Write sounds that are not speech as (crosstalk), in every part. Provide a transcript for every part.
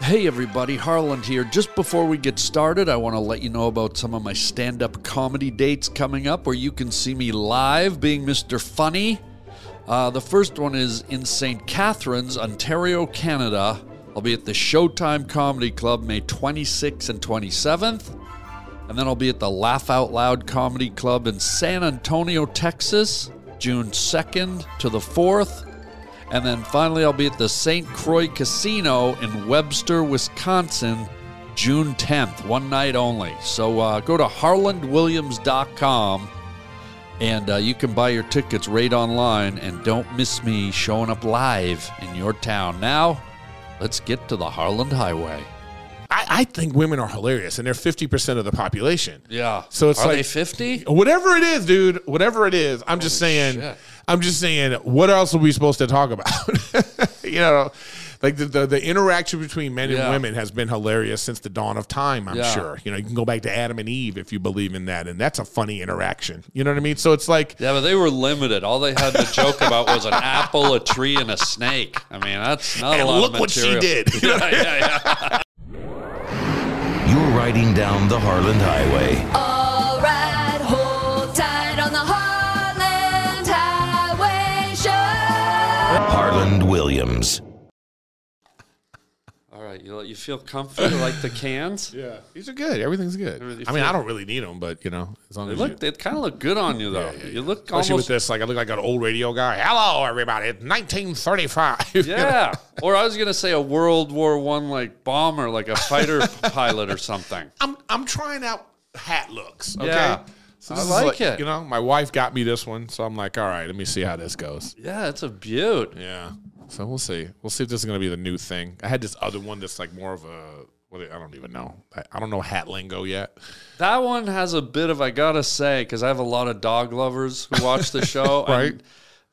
Hey everybody, Harland here. Just before we get started, I want to let you know about some of my stand up comedy dates coming up where you can see me live being Mr. Funny. Uh, the first one is in St. Catharines, Ontario, Canada. I'll be at the Showtime Comedy Club May 26th and 27th. And then I'll be at the Laugh Out Loud Comedy Club in San Antonio, Texas, June 2nd to the 4th. And then finally, I'll be at the St. Croix Casino in Webster, Wisconsin, June 10th, one night only. So uh, go to harlandwilliams.com and uh, you can buy your tickets right online. And don't miss me showing up live in your town. Now, let's get to the Harland Highway. I, I think women are hilarious, and they're fifty percent of the population. Yeah. So it's Are like they 50? Whatever it is, dude. Whatever it is, I'm just saying. shit. I'm just saying. What else are we supposed to talk about? (laughs) you know, like the, the the interaction between men Yeah. and women has been hilarious since the dawn of time. I'm Yeah. sure. You know, you can go back to Adam and Eve if you believe in that, and that's a funny interaction. You know what I mean? So it's like Yeah, but they were limited. All they had to joke about was an apple, a tree, and a snake. I mean, that's not And a lot look of what she material. did. (laughs) yeah, yeah, yeah. You're riding down the Harland Highway. All right, hold tight on the Heartland Highway Show. Harland Williams. All right, you, you feel comfy like the cans? (laughs) yeah, these are good. Everything's good. I really mean, I don't really need them, but you know, as long They as look, you, they kind of look good on you though. You look especially with almost, this, like I look like an old radio guy. Hello, everybody. It's (laughs) (laughs) 1935. yeah. or I was gonna say a World War One like bomber, like a (laughs) fighter pilot or something. I'm I'm trying out hat looks. Okay. Yeah. I is like it. You know, my wife got me this one, so I'm like, all right, let me see how this goes. Yeah, it's a beaut. Yeah. So we'll see. We'll see if this is gonna be the new thing. I had this other one that's like more of a what I don't even know. I, I don't know hat lingo yet. That one has a bit of I gotta say because I have a lot of dog lovers who watch the show. (laughs) Right. and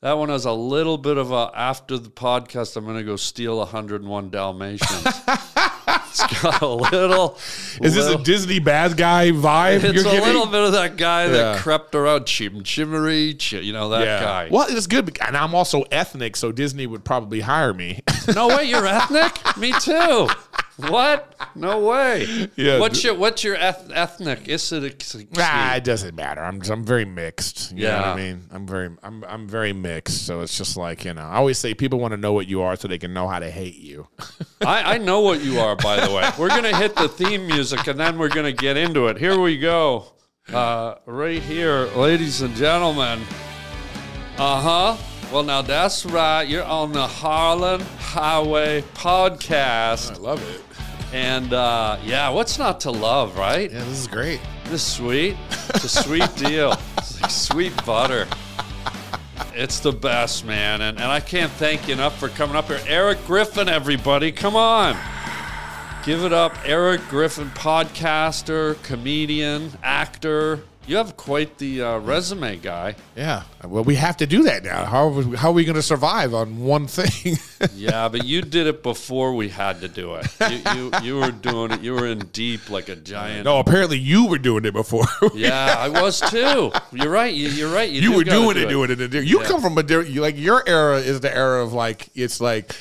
That one has a little bit of a after the podcast. I'm gonna go steal 101 (laughs) Dalmatians. it's got a little. Is this a little- Disney bad guy vibe? It's you're a getting? little bit of that guy that Yeah. crept around Chim Chimmery, chi- you know, that yeah. guy. Well, it's good, bec- and I'm also ethnic, so Disney would probably hire me. (laughs) No way, you're ethnic? Me too. What? No way. Yeah, What's d- your what's your eth- ethnic? Is it ex- Nah, it doesn't matter. I'm I'm very mixed. You know what Yeah. I mean? I'm very I'm I'm very mixed. So it's just like, you know, I always say people want to know what you are so they can know how to hate you. I, I know what you are, by the way. We're gonna hit the theme music and then we're gonna get into it. Here we go. Uh, right here, ladies and gentlemen. Uh huh. Well, now that's right. You're on the Harlan Highway podcast, love it. and uh, yeah, what's not to love, right? Yeah, this is great. This is sweet. It's a (laughs) sweet deal. It's like sweet butter. It's the best, man. And, and I can't thank you enough for coming up here. Eric Griffin, everybody. Come on. Give it up. Eric Griffin, podcaster, comedian, actor. You have quite the uh, resume, guy. Yeah. Well, we have to do that now. How are we, how are we going to survive on one thing? (laughs) Yeah, but you did it before we had to do it. You, you, you were doing it. You were in deep like a giant. no, apparently you were doing it before. (laughs) Yeah, I was too. You're right. You, you're right. you do were gotta doing do it, doing it. and doing- You Yeah. come from a different, you- like your era is the era of like it's like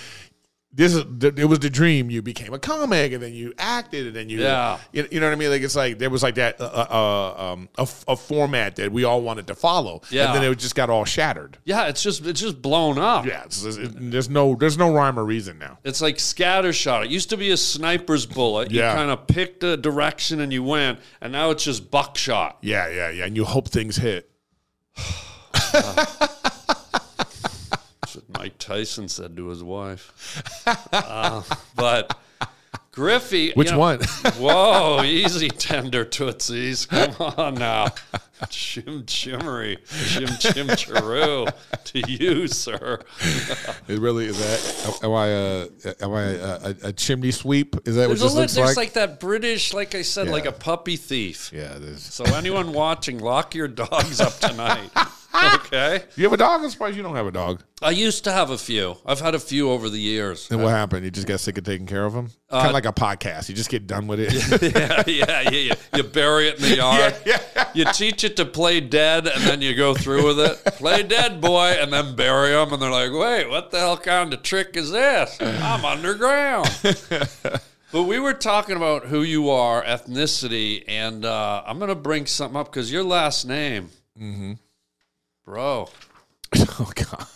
this is th- it was the dream. You became a comic, and then you acted, and then you Yeah. you, you know what I mean. Like it's like there was like that uh, uh, um, a, f- a format that we all wanted to follow, Yeah. and then it just got all shattered. Yeah, it's just it's just blown up. Yeah, it's, it's- it- there's no there's no rhyme or reason now. It's like scattershot. It used to be a sniper's bullet. Yeah. You kind of picked a direction and you went, and now it's just buckshot. Yeah, yeah, yeah, and you hope things hit. That's what Mike Tyson said to his (laughs) wife. Uh, but Griffey, you Which know- one? (laughs) whoa, easy tender tootsies. Come on now, Jim Chimmery, Jim Jim Chiroo, to you, sir. It really is that. Am I a am I uh, a, a, a chimney sweep? Is that There's, a li- there's like, that British, like I said, like Yeah. a puppy thief. yeah, there's. So anyone watching, lock your dogs up tonight. (laughs) Okay. You have a dog? I'm surprised you don't have a dog. I used to have a few. I've had a few over the years. (laughs) And what happened? You just got sick of taking care of them? Uh, kind of like a podcast. You just get done with it. yeah, yeah, yeah, yeah. You bury it in the (laughs) yard. You teach it to play dead, and then you go through with it. Play dead, boy, and then bury them. And they're like, "Wait, what the hell kind of trick is this? I'm underground." But we were talking about who you are, ethnicity, and uh, I'm going to bring something up because your last name, mm-hmm. bro. Oh God.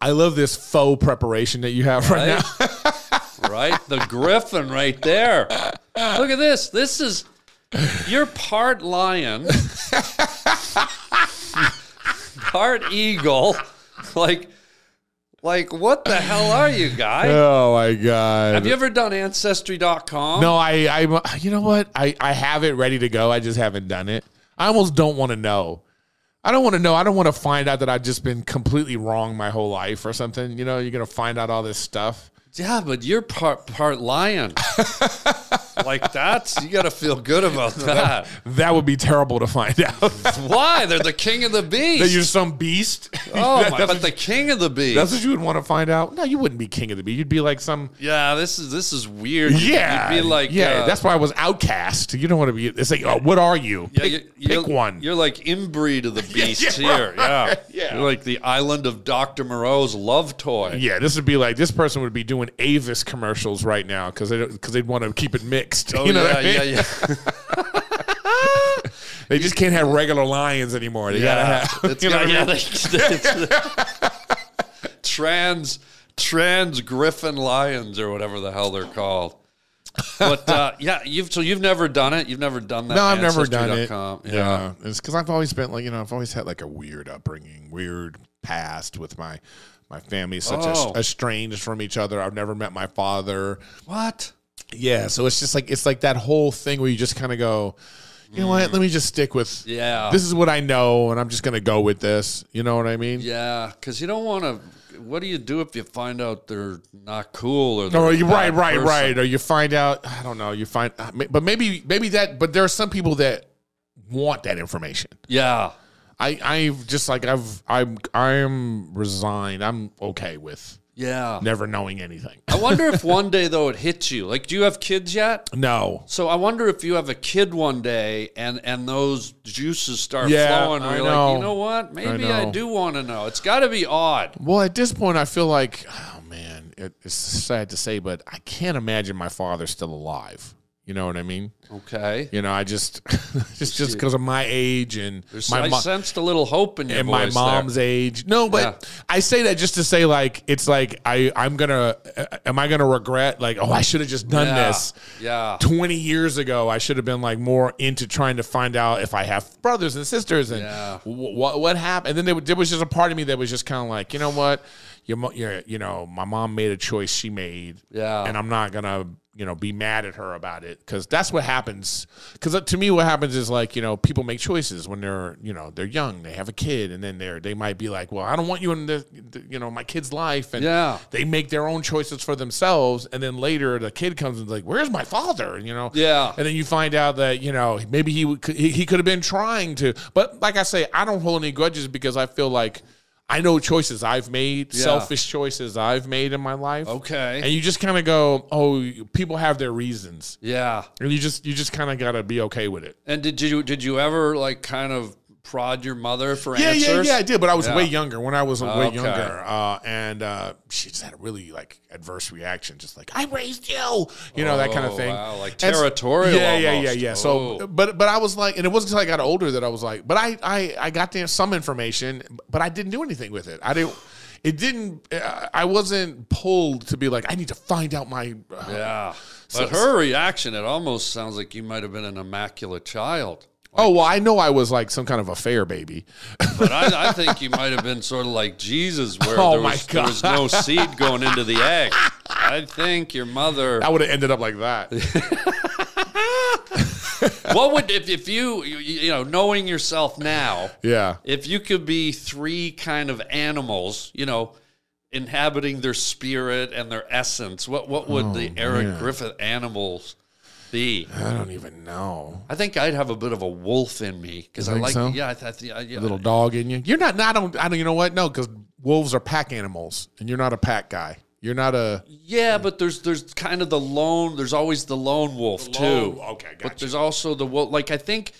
I love this faux preparation that you have right, Right? now. right? The griffin right there. Look at this. This is you're part lion, part eagle. Like like what the hell are you guy? Oh my God. Have you ever done ancestry.com? no, I, I, you know what? I, I have it ready to go. I just haven't done it. I almost don't want to know. I don't want to know. I don't want to find out that I've just been completely wrong my whole life or something. You know, you're gonna find out all this stuff. Yeah, but you're part part lion. like that's you got to feel good about that. (laughs) That would be terrible to find (laughs) (laughs) out. Why? They're the king of the that you're beast. some beast. Oh (laughs) That- my, that's, but what, the king of the beast. that's what you would want to find out. No, you wouldn't be king of the bee. You'd be like some. yeah, this is this is weird. You'd- Yeah, you'd be like yeah. uh, that's why I was outcast. You don't want to be. It's like, oh, what are you? Yeah, pick, you- you're, pick one. You're like inbreed of the beast (laughs) yeah, here. Yeah. yeah. You're like the island of Dr. Moreau's love toy. Yeah, this would be like this person would be doing Avis commercials right now because they because they'd want to keep it mixed. (laughs) Oh, you know yeah, what I mean? yeah, yeah, They just can't have regular lions anymore. They gotta (laughs) have. It's you know got- what I yeah, (laughs) they- mean? it's- (laughs) trans trans griffin lions or whatever the hell they're called. But uh, (laughs) yeah, you've so you've never done it. You've never done that. No, I've never done it. Ancestry.com. Yeah. it's because I've always been like you know I've always had like a weird upbringing, weird past with my my family, such Oh. as estranged from each other. I've never met my father. What? Yeah, so it's just like it's like that whole thing where you just kind of go, you know what? Let me just stick with Yeah. This is what I know, and I'm just gonna go with this. You know what I mean? Yeah, because you don't want to. What do you do if you find out they're not cool or? Or they're a you, Oh, right, bad right, person? right. Or you find out. I don't know. You find, uh, ma- but maybe, maybe that. But there are some people that want that information. Yeah. I, I've just like I've, I'm, I'm resigned. I'm okay with Yeah. never knowing anything. (laughs) I wonder if one day though it hits you. Like, do you have kids yet? no. So I wonder if you have a kid one day and and those juices start Yeah, flowing. Where I you're know. like, you know what? Maybe I, know. do want to know. It's got to be odd. Well, at this point, I feel like, oh man, it, it's sad to say, but I can't imagine my father still alive. You know what I mean? Okay. You know, I just, (laughs) just, just because of my age and my I mo- sensed a little hope in your and my voice mom's there. age. No, but Yeah. I say that just to say like it's like I I'm gonna uh, am I gonna regret like oh I should have just done Yeah. this. Yeah. 20 years ago I should have been like more into trying to find out if I have brothers and sisters and Yeah. what what happened. And then there, wa- there was just a part of me that was just kind of like, you know what? Your, mo- your you know, my mom made a choice she made. Yeah. And I'm not going to you know, be mad at her about it because that's what happens. Because to me, what happens is like you know, people make choices when they're you know they're young, they have a kid, and then they're they might be like, well, I don't want you in the, the you know my kid's life, and Yeah. they make their own choices for themselves, and then later the kid comes and is like, where's my father? You know, Yeah. and then you find out that you know maybe he would- he, he could have been trying to, but like I say, I don't hold any grudges because I feel like I know choices I've made, Yeah. selfish choices I've made in my life. Okay. and you just kind of go, oh, people have their reasons, Yeah. and you just you just kind of gotta be okay with it. And did you did you ever like kind of prod your mother for Yeah, answers? yeah, yeah, I did, but I was Yeah. way younger when I was way okay. younger, uh, and uh, she just had a really like adverse reaction, just like I raised you, you know that kind of Oh, thing, wow, like And s- territorial Yeah, yeah, yeah, almost. yeah. Oh. So, but but I was like, and it wasn't until I got older that I was like, but I I I got there some information, but I didn't do anything with it. I didn't. It didn't. Uh, I wasn't pulled to be like, I need to find out my. Uh, Yeah. So- But her reaction, it almost sounds like you might have been an immaculate child. Oh well, I know I was like some kind of a fair baby. But I, I think you might have been sort of like Jesus, where Oh, there, my was, there was God. no seed going into the egg. I think your mother. I would have ended up (laughs) like that. What would if, if you you- you know knowing yourself now, Yeah. if you could be three kind of animals, you know, inhabiting their spirit and their essence, what what would Oh, the Eric Griffith animals be? I don't even know. I think I'd have a bit of a wolf in me because I think like so? yeah, I, th- I, th- I, yeah. little dog in you. You're not. no, I don't. I don't. You know what? No, because wolves are pack animals, and you're not a pack guy. You're not a. Yeah, but there's there's kind of the lone. There's always the lone wolf lone- too. okay, gotcha. But there's also the wolf. Like I think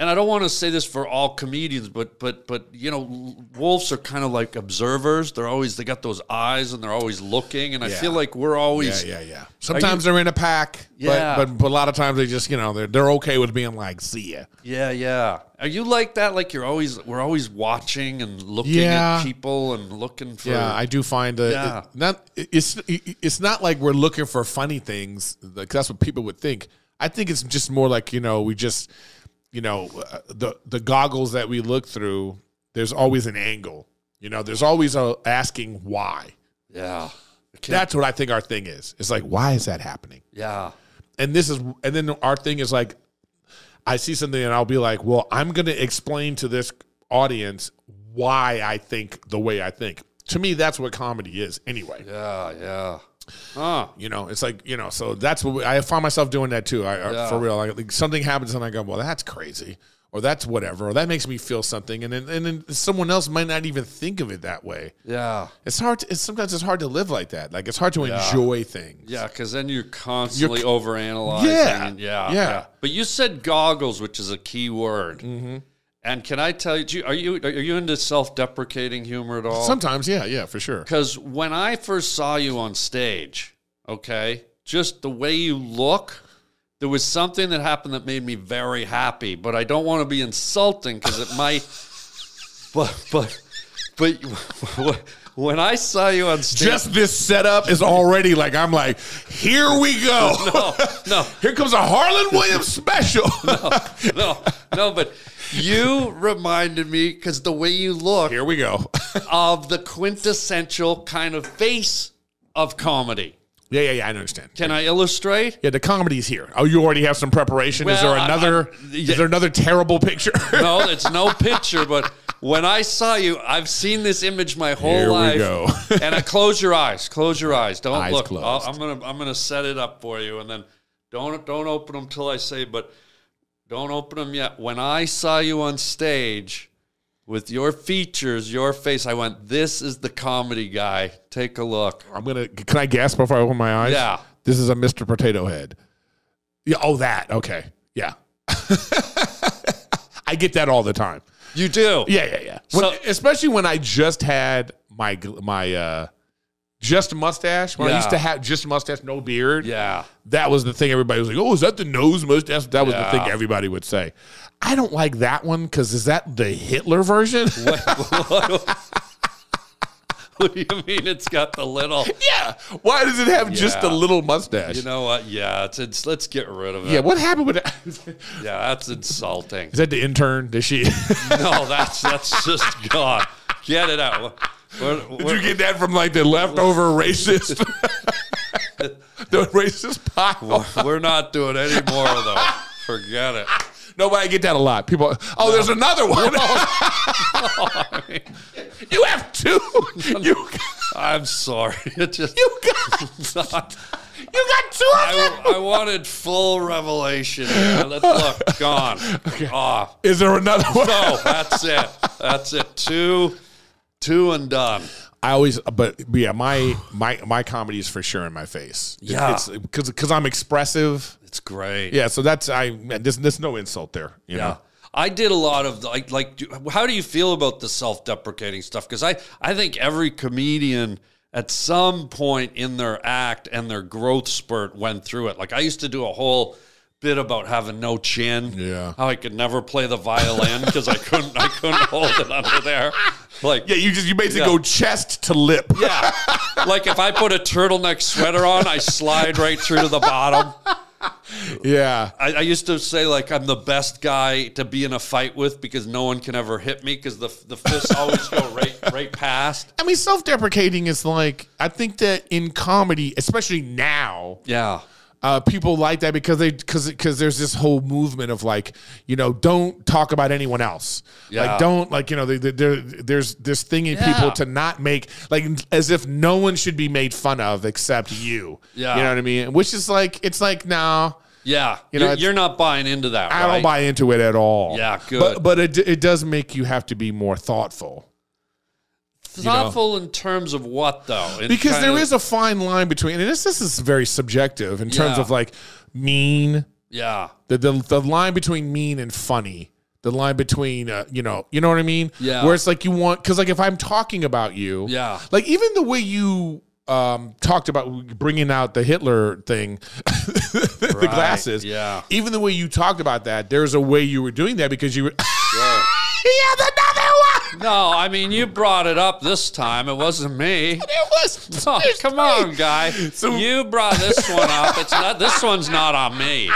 and I don't want to say this for all comedians, but but but you know, wolves are kind of like observers. They're always they got those eyes and they're always looking. And I Yeah. feel like we're Yeah, always yeah, yeah. Sometimes they're in a pack, Yeah. but, but but a lot of times they just you know they're they're okay with being like, see ya. yeah, yeah. Are you like that? Like you're always we're always watching and looking Yeah. at people and looking for Yeah, I do find that Yeah. it- not it- it's it- it's not like we're looking for funny things. Like that's what people would think. I think it's just more like you know we just you know uh, the the goggles that we look through. There's always an angle. You know, there's always a asking why. yeah. I can't- That's what I think our thing is. It's like why is that happening? yeah. and this is and then our thing is like i see something and i'll be like well i'm going to explain to this audience why i think the way i think to me that's what comedy is anyway Yeah, yeah. Huh. you know it's like you know so that's what we, i find myself doing that too i I- Yeah. for real like, like, something happens and i go well that's crazy or that's whatever or that makes me feel something and then and then someone else might not even think of it that way Yeah. it's hard to, it's sometimes it's hard to live like that like it's hard to enjoy things Yeah, because then you're constantly overanalyzing. Yeah, and yeah, yeah. But you said goggles, which is a key word. Mm-hmm. And can I tell you, do you- are you are you into self-deprecating humor at all? sometimes yeah yeah for sure Because when I first saw you on stage, okay, just the way you look, there was something that happened that made me very happy. But I don't want to be insulting because it (laughs) might. but but but (laughs) when I saw you on stage, just this setup is already like I'm like, here we (laughs) go. (laughs) no, no. Here comes a Harlan Williams (laughs) special. (laughs) no, no, but you reminded me because the way you look Here we go. of the quintessential kind of face of comedy. (laughs) yeah, yeah, yeah. I understand. Can I illustrate? yeah, the comedy's here. Oh, you already have some preparation. is Well, there I- another? I- Is there another terrible picture? No, it's no picture, but when I saw you, I've seen this image my whole Here we life. go. (laughs) and I close your eyes. Close your eyes. Don't Eyes look. closed. I'll- I'm gonna I'm gonna set it up for you, and then don't don't open them till I say. But don't open them yet. When I saw you on stage with your features, your face, I went, "This is the comedy guy. Take a look." (laughs) I'm gonna. Can I guess before I open my eyes? Yeah. This is a Mr. Potato Head. Yeah. Oh, that. Okay. Yeah. (laughs) I get that all the time. You do. Yeah, yeah, yeah. When- So- especially when I just had my gl- my uh just mustache. When I Yeah. used to have just mustache, no beard. Yeah. (laughs) That was the thing everybody was like, "Oh, is that the nose mustache?" That was the thing Yeah. everybody would say. I don't like that one because is that the Hitler version? (laughs) what do you mean? It's got the little. yeah. Why does it have just a Yeah. little mustache? You know what? Yeah, it's, it's let's get rid of it. yeah. What happened with that? uh, (laughs) is Yeah, that's insulting. (laughs) that the intern? Did she? (laughs) did no, that's that's just gone. Get it out. We're- we're- you get that from like the leftover racist? (laughs) the racist pile. we're not doing any more of those. Forget it. Nobody get that a lot. People, oh, there's another (laughs) one. Oh, (laughs) you have two. (laughs) You, I'm sorry. (laughs) It just you got (laughs) not. you got two of them. I, I wanted full revelation. Let's look. Gone. Off. Is there another one? No, that's it. That's it. Two, two and done. I always, but yeah, my my my comedy is for sure in my face. Yeah. it's because because I'm expressive. It's great. Yeah, so that's I. Man, there's there's no insult there. You Yeah. know. I did a lot of like like do- how do you feel about the self-deprecating stuff cuz I I think every comedian at some point in their act and their growth spurt went through it. Like I used to do a whole bit about having no chin. Yeah. How I could never play the violin cuz I couldn't I couldn't hold it under there. Like Yeah, you just you basically Yeah. go chest to lip. yeah. Like if I put a turtleneck sweater on, I slide right through to the bottom. (laughs) Yeah, I, I used to say like I'm the best guy to be in a fight with because no one can ever hit me because the the fists always go right right past. I mean, self-deprecating is like I think that in comedy, especially now, Yeah, uh, people like that because they because because there's this whole movement of like you know don't talk about anyone else Yeah. like don't like you know they, they, there- there's this thing in Yeah. people to not make like as if no one should be made fun of except you Yeah. you know what I mean which is like it's like no yeah. You You know, know, you're, it's- you're not buying into that. I don't right? buy into it at all Yeah, good. but but it it does make you have to be more thoughtful thoughtful in terms of what though, In because kind there of- is a fine line between and this this is very subjective in terms Yeah. of like mean yeah, the, the the line between mean and funny the line between uh, you know you know what I mean. Yeah. Where it's like you want because like if I'm talking about you, Yeah. Like even the way you um talked about bringing out the Hitler thing, (laughs) the Right, glasses. yeah. Even the way you talked about that, there's a way you were doing that because you were. (laughs) yeah, another one. (laughs) No, I mean you brought it up this time. It wasn't (laughs) me. It (laughs) was. Oh, there's come three. on, guy. So- you brought this one up. It's not. This one's not on me,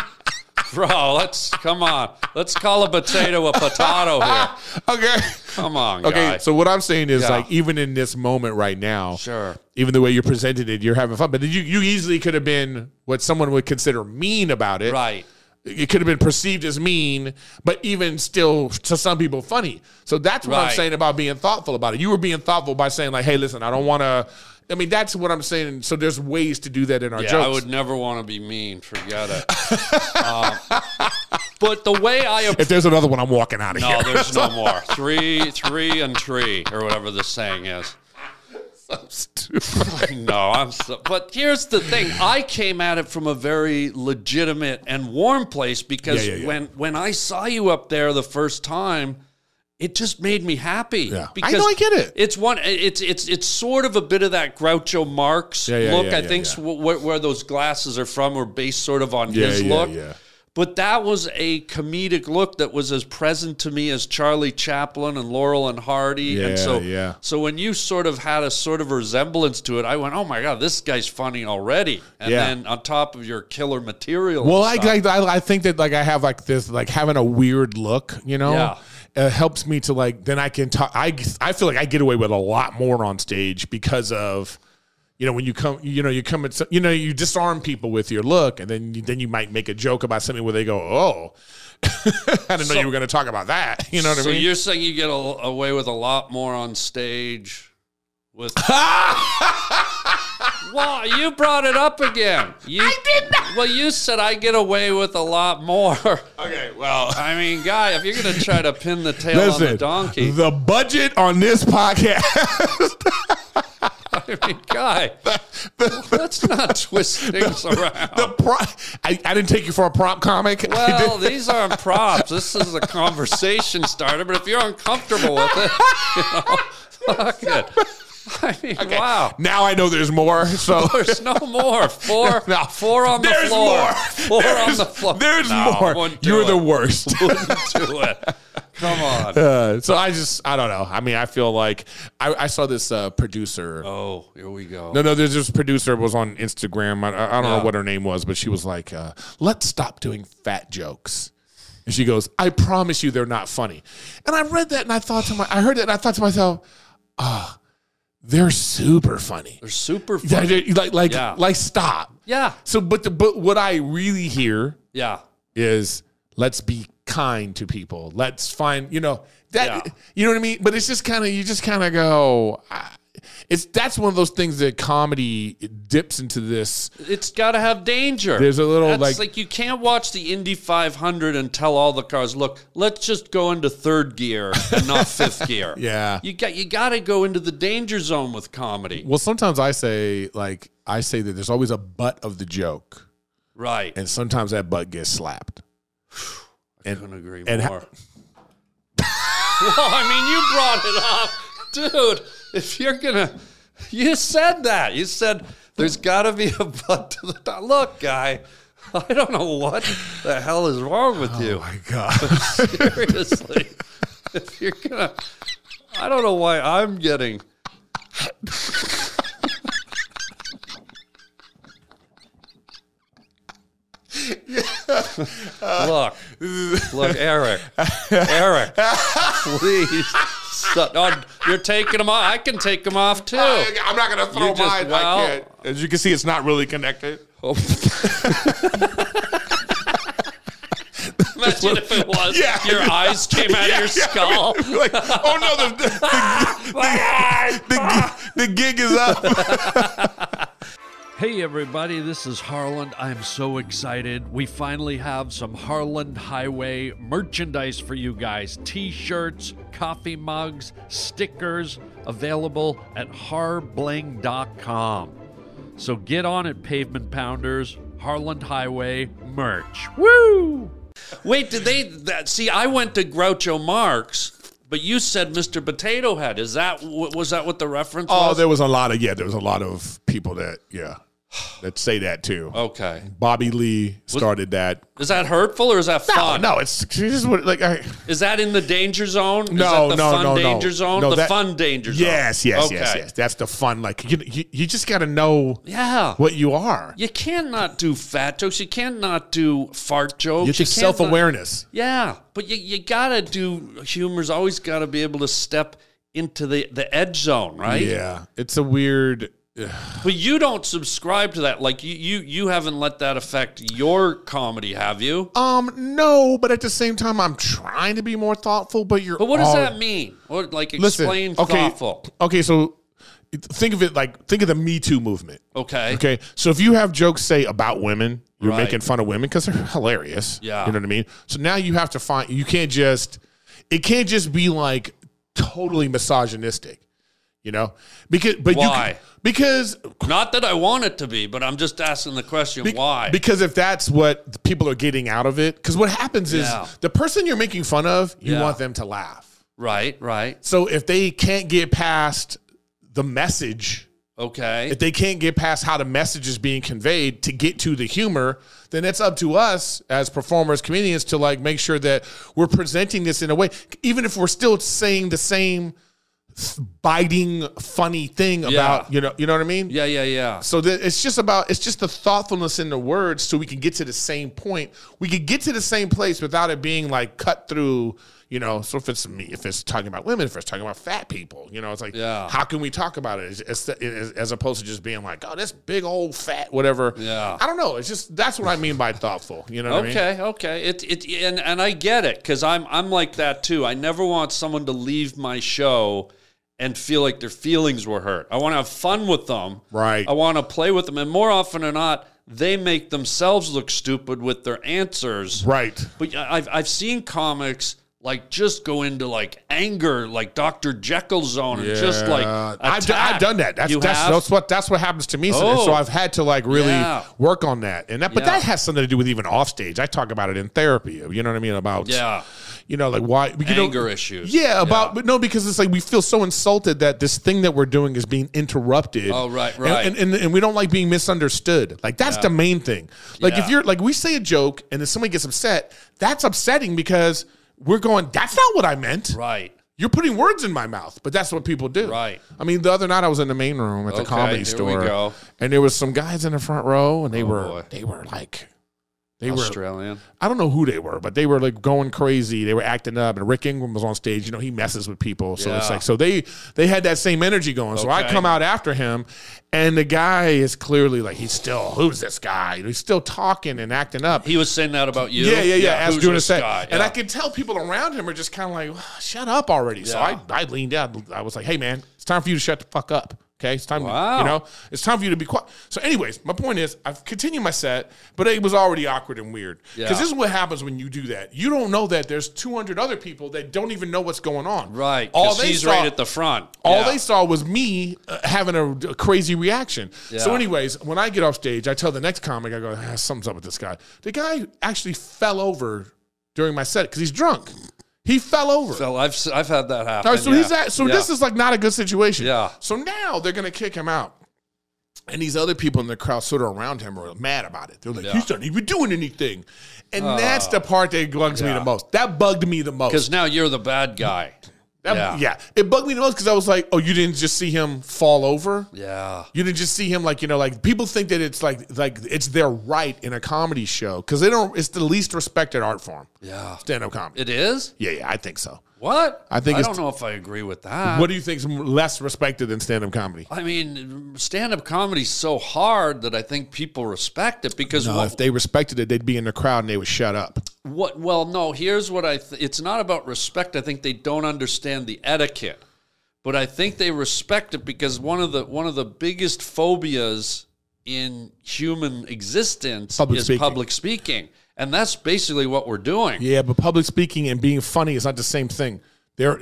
bro. Let's come on. Let's call a potato a potato here. Okay. Come on, (laughs) Okay, guy. so what I'm saying is Yeah. like even in this moment right now, Sure. even the way you presented it, you're having fun. But you you easily could have been what someone would consider mean about it. right. It could have been perceived as mean, but even still to some people funny. So that's what I'm Right. saying about being thoughtful about it. You were being thoughtful by saying like, "Hey, listen, I don't want to." I mean, that's what I'm saying. So there's ways to do that in our Yeah, jokes. I would never want to be mean. Forget it. Um, but the way I approach (laughs) if there's another one, I'm walking out of no, here. (laughs) there's no more. Three, three, and three, or whatever the saying is. (laughs) no, I'm so. But here's the thing: I came at it from a very legitimate and warm place because Yeah, yeah, yeah. when when I saw you up there the first time, it just made me happy. Yeah. I because know, I get it. It's one. It's it's it's sort of a bit of that Groucho Marx Yeah, yeah, look. yeah, I yeah, think yeah. s- wh- where those glasses are from are based sort of on Yeah, his yeah, look. yeah. But that was a comedic look that was as present to me as Charlie Chaplin and Laurel and Hardy. Yeah, and so, yeah. so when you sort of had a sort of resemblance to it, I went, "Oh my god, this guy's funny already!" And Yeah. then on top of your killer material, Well, I, and stuff. I I- I think that like I have like this like having a weird look, you know, Yeah. uh, helps me to like then I can talk. I I feel like I get away with a lot more on stage because of. You know when you come, you know you come at some- you know you disarm people with your look, and then you, then you might make a joke about something where they go, "Oh, (laughs) I didn't know you were going to talk about that." You know what so I mean? you're saying you get a, away with a lot more on stage with. (laughs) Well, you brought it up again. You, I did not. Well, you said I get away with a lot more. (laughs) okay, well, I mean, guy, if you're going to try to pin the tail on listen, the donkey, the budget on this podcast, (laughs) (laughs) I mean, guy, let's not twist things around. the pro- I, I didn't take you for a prop comic. I Oh. well, didn't- these aren't props. This is a conversation starter. But if you're uncomfortable with it, (laughs) you know, fuck it. I mean, wow. now I know there's more. So (laughs) There's no more. Four, (laughs) No. four on the There's floor. more. (laughs) Four on the floor. There's No, more. wouldn't do You're it. (laughs) (laughs) the worst. Wouldn't do it. Come (laughs) on. Uh, so I just, I don't know. I mean, I feel like I, I saw this uh, producer. Oh, here we go. No, no, there's this producer was on Instagram. I, I I don't Yeah. know what her name was, but she was like, uh, let's stop doing fat jokes. And she goes, I promise you they're not funny. And I read that and I thought to my, I heard that and I thought to myself, ah, they're super funny. They're super (laughs) Yeah, fun. they- Like, like, Yeah. like, stop. Yeah. So, but the, but what I really hear Yeah. is let's be kind to people. Let's find, you know, that Yeah. you know what I mean? But it's just kind of you just kind of go "Ah." it's that's one of those things that comedy dips into this. It's got to have danger. There's a little, That's like- you can't watch the Indy 500 and tell all the cars, look, let's just go into third gear and not (laughs) fifth gear. Yeah. you got you got to go into the danger zone with comedy, Well, sometimes I say like I say that there's always a butt of the joke, right? and sometimes that butt gets slapped. (sighs) I couldn't agree and ha- more. (laughs) well, I mean, you brought it up, dude. If you're gonna, you said that. You said there's got to be a butt to the top. Look, guy, I don't know what the hell is wrong with you. oh My (laughs) God, (laughs) Seriously, if you're gonna, I don't know why I'm getting. look, look, Eric, Eric, please. stop. Oh, you're taking them off. I can take them off too. I'm not gonna throw You just- mine. well- I can't. As you can see, it's not really connected. Oh. Imagine if it was. Yeah. Your eyes came out of your Yeah, yeah. skull. like, oh (laughs) no, the, (laughs) the, the, the, the gig is up. Hey, everybody, this is Harland. I'm so excited. We finally have some Harland Highway merchandise for you guys t shirts, coffee mugs, stickers available at harbling.com. So get on it, pavement pounders, Harland Highway merch. Woo! Wait, did they that, see? I went to Groucho Marx, but you said Mr. Potato Head. Is that wh- was that what the reference Oh, was? there was a lot of yeah. There was a lot of people that yeah that say that too. okay, Bobby Lee started that. is that hurtful or is that No, fun? no, it's she just would- like I, Is that in the danger zone? is no, that the no, fun no, no. danger zone. No, the that- fun danger zone. Yes, yes, yes, Okay. yes. That's the fun. Like you, you, you just got to know Yeah. what you are. You cannot do fat jokes. You cannot do fart jokes. It's you your can't self not- awareness. Yeah, but you, you gotta do humor's always gotta be able to step into the the edge zone, right? Yeah, it's a weird. But you don't subscribe to that. Like you you you haven't let that affect your comedy, have you? Um, no, but at the same time, I'm trying to be more thoughtful. But you're. But what does all- that mean? Or like Oh. Listen, explain okay, thoughtful. Okay, so think of it like think of the Me Too movement. Okay. Okay. So if you have jokes, say, about women, you're Right. making fun of women because they're (laughs) hilarious. Yeah. You know what I mean? So now you have to find, you can't just, it can't just be like totally misogynistic, you know? Because, but you, Why? can- because, Not that I want it to be, but I'm just asking the question be- why. Because if that's what the people are getting out of it, because what happens is Yeah. the person you're making fun of, you Yeah. want them to laugh. right, right. So if they can't get past the message, Okay. if they can't get past how the message is being conveyed to get to the humor, then it's up to us as performers, comedians, to like make sure that we're presenting this in a way, even if we're still saying the same biting, funny thing about you know, you know what I mean? Yeah, yeah, yeah. So that it's just about it's just the thoughtfulness in the words, so we can get to the same point. We could get to the same place without it being like cut through. You know, so if it's me, if it's talking about women, if it's talking about fat people, you know, it's like, Yeah. how can we talk about it as, as, as opposed to just being like, oh, this big old fat whatever. Yeah. I don't know. It's just that's what I mean by thoughtful. You know what I mean? Okay, okay. It it and and I get it because I'm I'm like that too. I never want someone to leave my show and feel like their feelings were hurt. I want to have fun with them. Right. I want to play with them, and more often than not, they make themselves look stupid with their answers. Right. But I- I've I've seen comics. Like just go into like anger, like Doctor Jekyll zone, and just like Uh, I've, attack. I've done that. That's You that's, have? that's what that's what happens to me. So- Oh. So I've had to like really Yeah. work on that, and that. But Yeah. that has something to do with even off stage. I talk about it in therapy. You know what I mean about Yeah. you know like why you know- Anger issues. Yeah, about but no because it's like we feel so insulted that this thing that we're doing is being interrupted. Oh, right, And- right. And and, and, we don't like being misunderstood. Like that's the main thing. Like Yeah. if you're like we say a joke and then somebody gets upset, that's upsetting because we're going. That's not what I meant. right. You're putting words in my mouth, but that's what people do. Right. I mean, the other night I was in the main room at the Okay, comedy here we store, go. Oh, and there was some guys in the front row, and they were boy. they were like, they were Australian. I don't know who they were, but they were like going crazy. They were acting up, and Rick Ingram was on stage. You know, he messes with people, so it's Yeah. like so they they had that same energy going. So I Okay. come out after him, and the guy is clearly like he's still who's this guy? He's still talking and acting up. He was saying that about you. Yeah, yeah, yeah. As who's doing a this set, guy? and Yeah. I could tell people around him are just kind of like, "Ugh, "Shut up already." So I, Yeah. I leaned out. I was like, "Hey, man, it's time for you to shut the fuck up." Okay, it's time. Wow. To, you know, it's time for you to be quiet. So, anyways, my point is, I've continued my set, but it was already awkward and weird Yeah. because this is what happens when you do that. You don't know that there's 200 other people that don't even know what's going on. Right. All 'cause they he's saw, right at the front. all Yeah. they saw was me uh, having a, a crazy reaction. So, Yeah. anyways, when I get off stage, I tell the next comic, I go, ah, something's up with this guy. The guy actually fell over during my set because he's drunk. He fell over. So I've s- I've had that happen. All right, so yeah. he's at, so Yeah. this is like not a good situation. Yeah. So now they're gonna kick him out. And these other people in the crowd, sort of around him, are mad about it. They're like, Yeah. Uh, "He's not even doing anything," and that's the part that bugs me the most. That bugged me the most. because now you're the bad guy. That- yeah. yeah. it bugged me the most because I was like, "Oh, you didn't just see him fall over." Yeah. You didn't just see him like you know like people think that it's like like it's their right in a comedy show because they don't. It's the least respected art form. Yeah. stand up comedy. It is yeah, yeah, I think so. what I think I it's- don't know if I agree with that. what do you think's less respected than stand up comedy? I mean, stand-up comedy's so hard that I think people respect it because No, what, if they respected it, they'd be in the crowd and they would shut up. what? Well, no. Here's what I. Th- it's not about respect. I think they don't understand the etiquette, but I think they respect it because one of the one of the biggest phobias in human existence Public is speaking. public speaking, and that's basically what we're doing. Yeah, but public speaking and being funny is not the same thing. There,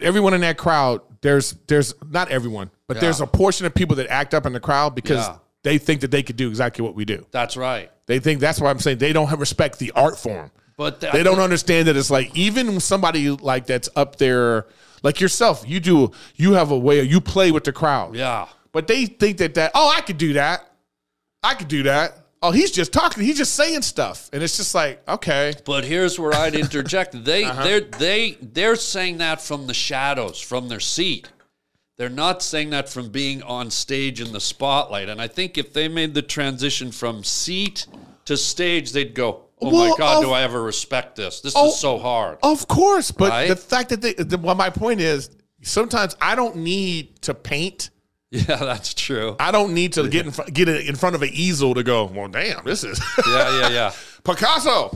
everyone in that crowd, there's there's not everyone, but there's a portion of people that act up in the crowd because Yeah. they think that they could do exactly what we do. That's right. They think that's why I'm saying they don't have respect the art form. But they don't understand that it's like even somebody like that's up there, like yourself, you do you have a way you play with the crowd. Yeah. But they think that that oh I could do that, I could do that. Oh he's just talking, he's just saying stuff, and it's just like okay, But here's where I'd (laughs) interject. They Uh-huh. they're they they're saying that from the shadows, from their seat. They're not saying that from being on stage in the spotlight. And I think if they made the transition from seat to stage, they'd go, "Oh my Well, god, of- do I ever respect this? This Oh, is so hard." of course. But Right. the fact that they, the, well, my point is sometimes I don't need to paint. (laughs) Yeah, that's true. I don't need to get in fr- get in front of an easel to go. Well, damn, this is Yeah, yeah, yeah. (laughs) Picasso.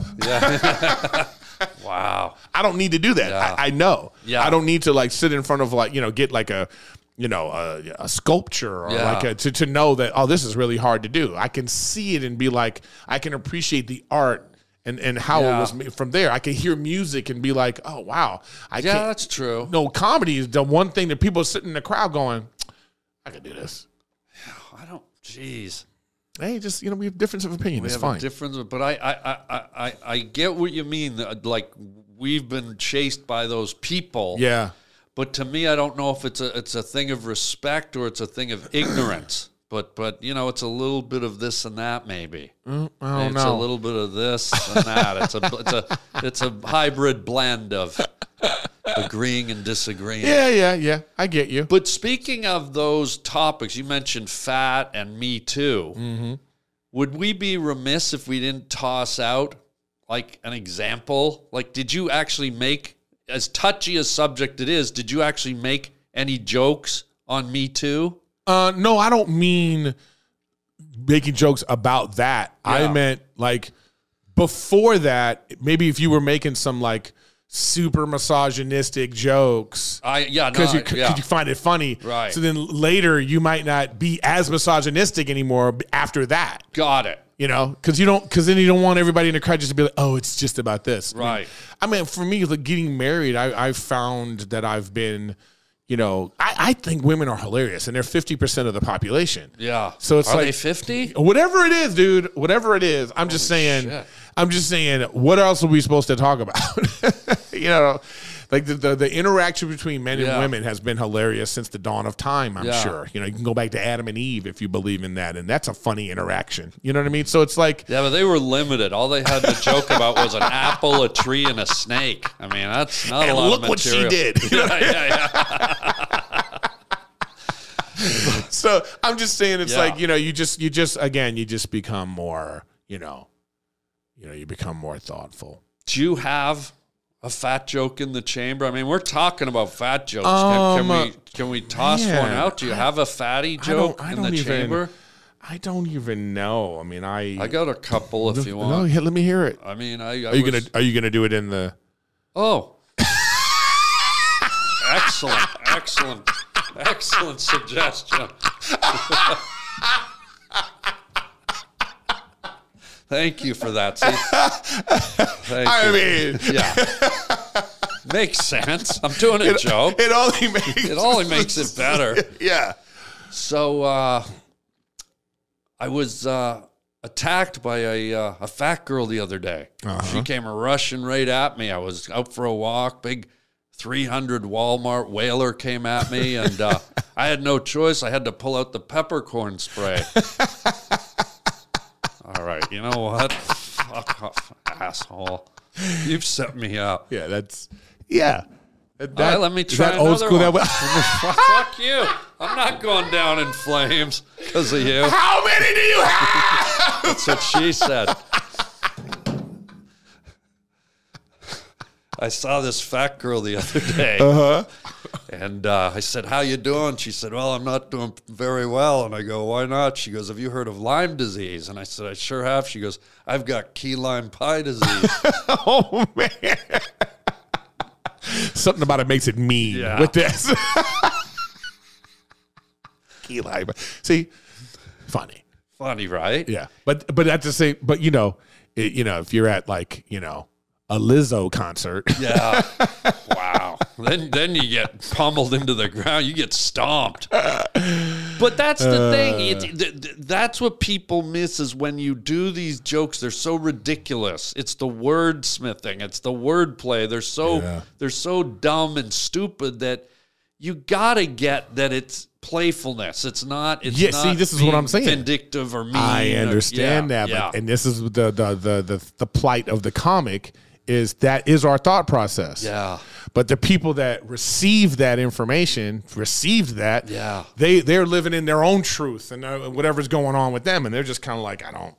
Wow. I don't need to do that. Yeah. I, I know. Yeah. I don't need to like sit in front of like you know get like a you know a, a sculpture or Yeah. like a, to to know that oh this is really hard to do. I can see it and be like I can appreciate the art. And, and how Yeah. it was made from there, I can hear music and be like, "Oh wow, I Yeah, can't." that's true. No, comedy is the one thing that people are sitting in the crowd going, "I can do this." I don't. Jeez. Hey, just you know, we have difference of opinion. We it's have fine. a difference, but I, I, I, I, I- I get what you mean. that, Like we've been chased by those people. yeah, But to me, I don't know if it's a it's a thing of respect or it's a thing of ignorance. (clears throat) But but you know, it's a little bit of this and that maybe. Mm, I don't it's know. a little bit of this and that. It's a it's a it's a hybrid blend (laughs) of agreeing and disagreeing. yeah, yeah, yeah. I get you. But speaking of those topics, you mentioned fat and Me Too. Mm-hmm. Would we be remiss if we didn't toss out like an example? Like, did you actually make, as touchy a subject it is, did you actually make any jokes on Me Too? Uh, no, I don't mean making jokes about that. I Yeah. meant like before that, maybe if you were making some like super misogynistic jokes. I yeah, no, Because you, I- 'cause Uh, yeah. you find it funny, Right. So then later you might not be as misogynistic anymore after that, got it. you know, because you don't, because then you don't want everybody in the crowd just to be like, oh, it's just about this, I mean, Right. I mean, for me, like getting married, I, I found that I've been, you know, I, I think women are hilarious, and they're fifty percent of the population. Yeah. So it's Are like- they fifty? Whatever it is, dude. Whatever it is, I'm just saying. shit. I'm just saying. What else are we supposed to talk about? (laughs) you know, like the, the the interaction between men Yeah. and women has been hilarious since the dawn of time. I'm Yeah. sure. You know, you can go back to Adam and Eve if you believe in that, and that's a funny interaction. You know what I mean? So it's like, Yeah, but they were limited. All they had to joke about was an apple, a tree, and a snake. I mean, that's not and a lot look of what she material. (laughs) did. yeah, yeah, yeah. so I'm just saying it's Yeah. like you know you just you just again you just become more you know you know you become more thoughtful. do you have a fat joke in the chamber? I mean, we're talking about fat jokes. can, Um, can we can we toss yeah. one out? Do you have a fatty don't- joke I in the don't even- chamber? I don't even know. I mean, I I got a couple if you want. No, here, let me hear it. I mean, I, I Are you was- gonna Are you gonna do it in (laughs) the? Oh, excellent, excellent, excellent suggestion. Thank you for that. See? Thank I you. mean, yeah, makes sense. I'm doing a joke. (laughs) it only makes It only makes it better. yeah. So uh, I was uh, attacked by a uh, a fat girl the other day. She came rushing right at me. I was out for a walk. Big three hundred Walmart whaler came at me, and uh, I had no choice. I had to pull out the peppercorn spray. All right, you know what? Fuck off, asshole. You've set me up. Yeah, that's yeah. That, All right, let me is try that old another school. That one. way- Fuck you. I'm not going down in flames because of you. how many do you have? That's what she said. I saw this fat girl the other day, Uh-huh. and uh, I said, "How you doing?" She said, "Well, I'm not doing very well." And I go, "Why not?" She goes, "Have you heard of Lyme disease?" And I said, "I sure have." She goes, "I've got key lime pie disease." (laughs) (laughs) Oh man. (laughs) Something about it makes it mean Yeah. with this. (laughs) Key lime. See, funny. Funny, right? Yeah, but but at the same, but you know, it, you know, if you're at like you know a Lizzo concert, Yeah. wow. Then then you get pummeled into the ground. You get stomped. But that's the thing. Uh. It's, th- th- that's what people miss is when you do these jokes. They're so ridiculous. It's the wordsmithing. It's the wordplay. They're so Yeah. they're so dumb and stupid that you gotta get that it's playfulness. It's not. It's Yeah, Not see, this is what being I'm saying. Vindictive or mean. I or- understand yeah, that, yeah. but and this is the, the the the the plight of the comic is that is our thought process. Yeah. But the people that received that information received that. Yeah. They they're living in their own truth and uh, whatever's going on with them, and they're just kind of like, I don't,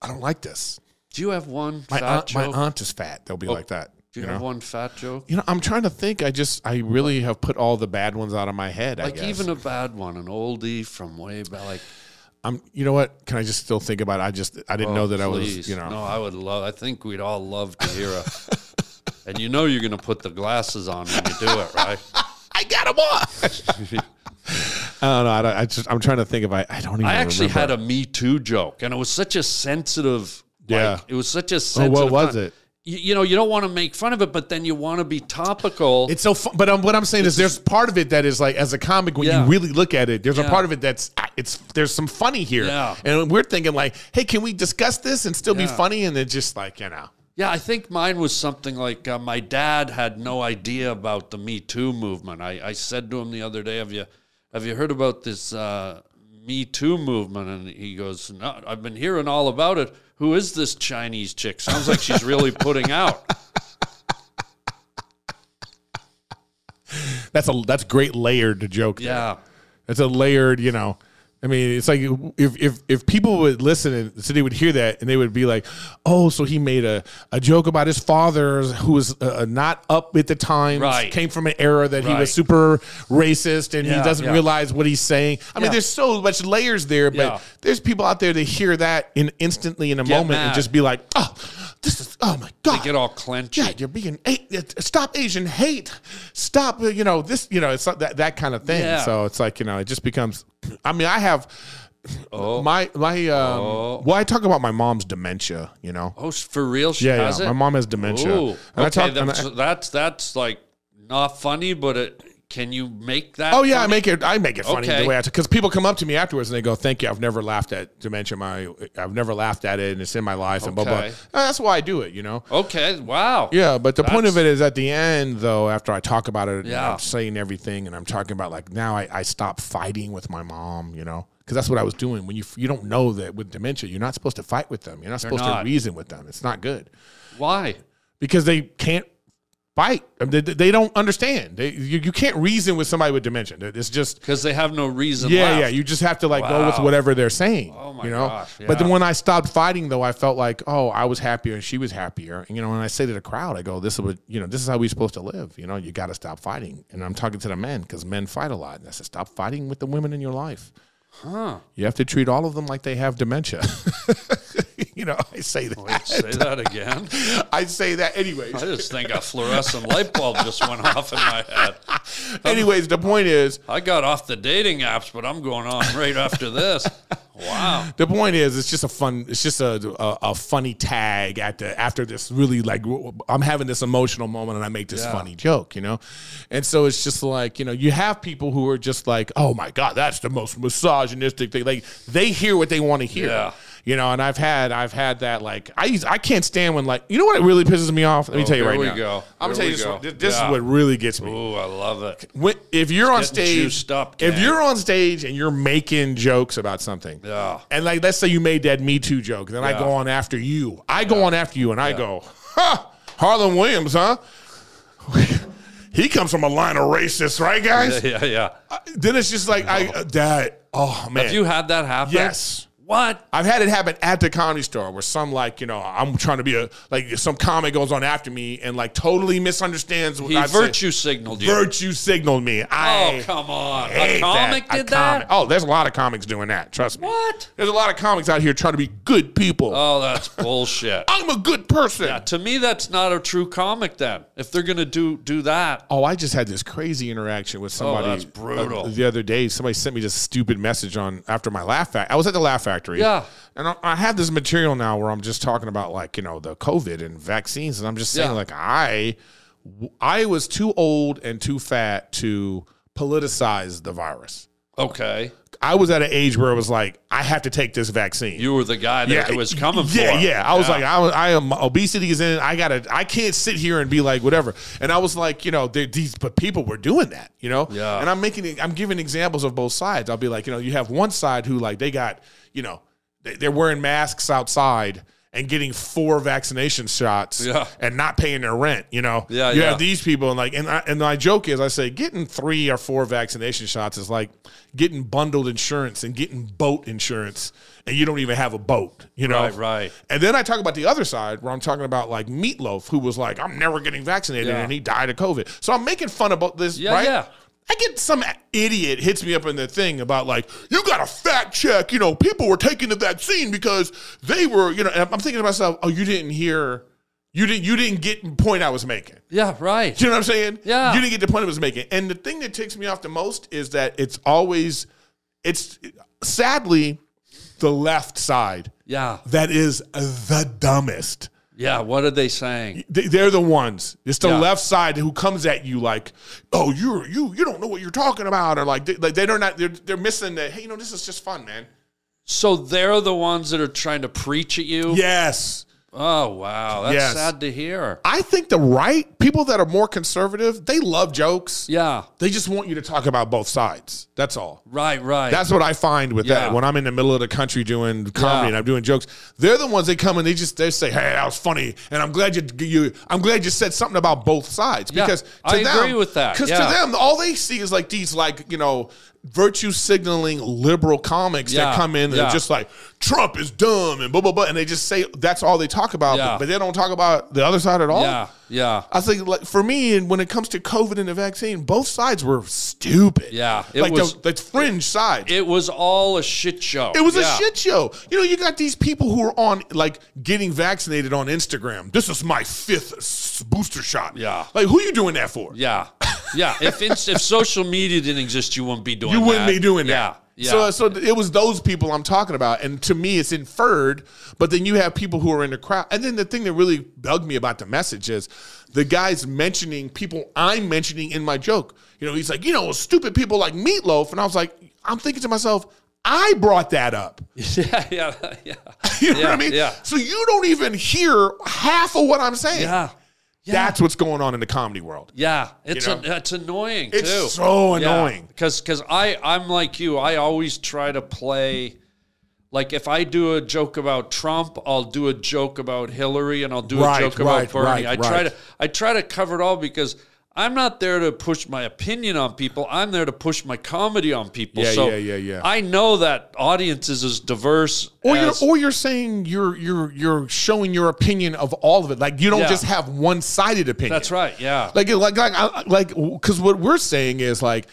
I don't like this. do you have one My fat aunt, my joke? Oh, aunt is fat. They'll be like that. do you, have one fat joke? You know, I'm trying to think. I just, I really have put all the bad ones out of my head. I Like guess. even a bad one, an oldie from way back. Like I'm. You know what? Can I just still think about? It? I just, I didn't know that I was. Oh, Please. You know. No, I would love. I think we'd all love to hear (laughs) a. and you know you're going to put the glasses on when you do it, (laughs) right? I got him on. I don't know. I, don't, I just I'm trying to think of I, I don't even. I actually had a Me Too joke, and it was such a sensitive. Yeah. Like, it was such a Oh, sensitive. what was time. it? You, you know, you don't want to make fun of it, but then you want to be topical. It's so fun, but um, what I'm saying is there's part of it that is like as a comic when Yeah. you really look at it, there's Yeah. a part of it that's ah, it's there's some funny here, Yeah. and we're thinking like, hey, can we discuss this and still be Yeah. funny? And then just like you know, Yeah, I think mine was something like uh, my dad had no idea about the Me Too movement. I, I said to him the other day, "Have you have you heard about this uh, Me Too movement?" And he goes, "No, I've been hearing all about it. Who is this Chinese chick? Sounds like she's really putting (laughs) out." that's a that's great layered joke. there. Yeah, That's a layered, you know. I mean, it's like if if if people would listen and so they would hear that and they would be like, "Oh, so he made a, a joke about his father who was uh, not up at the time, Right. came from an era that he Right. was super racist and Yeah, he doesn't yeah. realize what he's saying." I Yeah. mean, there's so much layers there, but Yeah. there's people out there that hear that in instantly in a Get moment mad. and just be like, "Oh, this is oh my god." get all clenched. Yeah, you're being a- uh, stop Asian hate. Stop, uh, you know this. You know it's not that that kind of thing. Yeah. So it's like you know it just becomes. I mean, I have Oh. my my. Um, Well, I talk about my mom's dementia. You know. Oh, s- for real? She Yeah, yeah. has it. My mom has dementia. Ooh, okay, And I talk- and that's, I- that's that's like not funny, but it, can you make that? Oh yeah, I funny? make it. I make it funny Okay. the way I because people come up to me afterwards and they go, "Thank you. I've never laughed at dementia. My I've never laughed at it, and it's in my life, and blah blah." Okay. And That's why I do it. You know. Okay, wow. Yeah, but the point That's- of it is at the end, though, after I talk about it, Yeah. yeah. I'm saying everything, and I'm talking about like now I, I stop fighting with my mom, you know, because that's what I was doing. When you you don't know that with dementia, you're not supposed to fight with them. You're not supposed not. to reason with them. It's not good Why? because they can't fight. I mean, They, they don't understand. They, you, you can't reason with somebody with dementia. It's just Because they have no reason. yeah, left. yeah. You just have to like go with Wow. whatever they're saying. Oh my you know? gosh, But then yeah. when I stopped fighting, though, I felt like, oh, I was happier and she was happier. And you know, when I say to the crowd, I go, this is what you know, this is how we're supposed to live. You know, you got to stop fighting. And I'm talking to the men because men fight a lot. And I said, stop fighting with the women in your life. Huh? You have to treat all of them like they have dementia. (laughs) you know, I say that. Say that again. (laughs) I say that anyways. (laughs) I (laughs) just think a fluorescent light bulb just went off in my head. anyways, the point is, I got off the dating apps, but I'm going on right after this. Wow. The point is, it's just a fun, it's just a, a, a funny tag at the after this really like w- w- I'm having this emotional moment and I make this funny joke, you know, and so it's just like you know you have people who are just like, oh my god, that's the most misogynistic thing. Like they hear what they want to hear. Yeah. You know, and I've had I've had that like I used, I can't stand when like you know what really pisses me off. Let me tell you Oh, here right we now. go. I'm Here gonna tell you we this. go. one. This, this Yeah. is what really gets me Ooh, I love it. when, if you're on getting stage, juiced up, if gang. you're on stage and you're making jokes about something, Yeah. and like let's say you made that Me Too joke, then I go on after you. I go on after you, and I go, "Huh, Harlan Williams, huh? (laughs) he comes from a line of racists, right, guys?" Yeah, yeah. Uh, Then it's just like I uh, that. Oh man, Have you had that happen? Yes. What? I've had it happen at the comedy store where some like you know I'm trying to be a like some comic goes on after me and like totally misunderstands what He I virtue signaled you. Oh, virtue signaled me. I oh, come on. A hate comic that. A did that? comic. Oh, there's a lot of comics doing that. Trust me. What? There's a lot of comics out here trying to be good people. Oh, that's bullshit. I'm a good person. to me, that's not a true comic then. If they're going to do do that, Oh, I just had this crazy interaction with somebody. Oh, that's brutal. uh, the other day, somebody sent me this stupid message on after my Laugh Factory. I was at the Laugh Factory. Yeah. And I, I have this material now where I'm just talking about like you know the COVID and vaccines, and I'm just saying Yeah. like I, I was too old and too fat to politicize the virus. Okay. I was at an age where I was like, I have to take this vaccine. You were the guy that it was coming for. yeah, Yeah, I was like, I, was- I am obesity is in. I gotta. I can't sit here and be like whatever. And I was like, you know, there- these but people were doing that, you know. Yeah. And I'm making. I'm giving examples of both sides. I'll be like, you know, you have one side who like they got, you know, they, they're wearing masks outside. And getting four vaccination shots Yeah. and not paying their rent, you know. Yeah, you yeah. have these people and like, and I, and my joke is, I say getting three or four vaccination shots is like getting bundled insurance and getting boat insurance, and you don't even have a boat, you know. Right, right. And then I talk about the other side where I'm talking about like Meatloaf, who was like, I'm never getting vaccinated, Yeah. and he died of COVID. So I'm making fun about this, Yeah, right? yeah. I get some idiot hits me up in the thing about like you got to fact check. You know, people were taking the vaccine because they were. You know, and I'm thinking to myself, oh, you didn't hear, you didn't, you didn't get the point I was making. yeah, right. You know what I'm saying? Yeah. You didn't get the point I was making. And the thing that takes me off the most is that it's always, it's sadly, the left side Yeah. that is the dumbest. Yeah. What are they saying? They- They're the ones. It's the Yeah. left side who comes at you like, "Oh, you you you don't know what you're talking about," or like, they, like they're not they're they're missing that. Hey, you know, this is just fun, man. So they're the ones that are trying to preach at you? Yes, Oh, wow. That's Yes. sad to hear. I think the right people that are more conservative, they love jokes. Yeah. They just want you to talk about both sides. That's all. Right, right. That's what I find with Yeah. that. When I'm in the middle of the country doing comedy Yeah. and I'm doing jokes, they're the ones they come and they just they say, "Hey, that was funny," and I'm glad you you I'm glad you said something about both sides Yeah, because to I them, agree with that. Because Yeah. to them, all they see is like these like you know virtue signaling liberal comics Yeah. that come in and Yeah. are just like Trump is dumb and blah blah blah, and they just say that's all they talk about, Yeah. but they don't talk about the other side at all. yeah, yeah. I think, like for me, and when it comes to COVID and the vaccine, both sides were stupid. Yeah, it like was- the, the fringe side. It was all a shit show. It was Yeah. a shit show. You know, you got these people who are on like getting vaccinated on Instagram. This is my fifth s- booster shot. Yeah. Like, who you doing that for? Yeah, yeah. If ins- if social media didn't exist, you wouldn't be doing. You wouldn't that. be doing yeah. that. Yeah. So, so it was those people I'm talking about, and to me, it's inferred. But then you have people who are in the crowd, and then the thing that really bugged me about the message is the guys mentioning people I'm mentioning in my joke. You know, he's like, you know, stupid people like Meatloaf, and I was like, I'm thinking to myself, I brought that up. (laughs) yeah, yeah, yeah, (laughs) You know Yeah, what I mean? yeah. So you don't even hear half of what I'm saying. yeah, yeah. That's what's going on in the comedy world. yeah. It's You a, know? it's annoying. It's too. so annoying. Because because I I'm like you. I always try to play. Like if I do a joke about Trump, I'll do a joke about Hillary, and I'll do Right, a joke right, about Bernie. right, I try right. to I try to cover it all because I'm not there to push my opinion on people. I'm there to push my comedy on people. Yeah, so yeah, yeah, yeah. I know that audience is as diverse. Or you're, as, or you're saying you're you're you're showing your opinion of all of it. Like you don't Yeah. just have one sided opinion. That's right. Yeah. Like like like I- like because what we're saying is like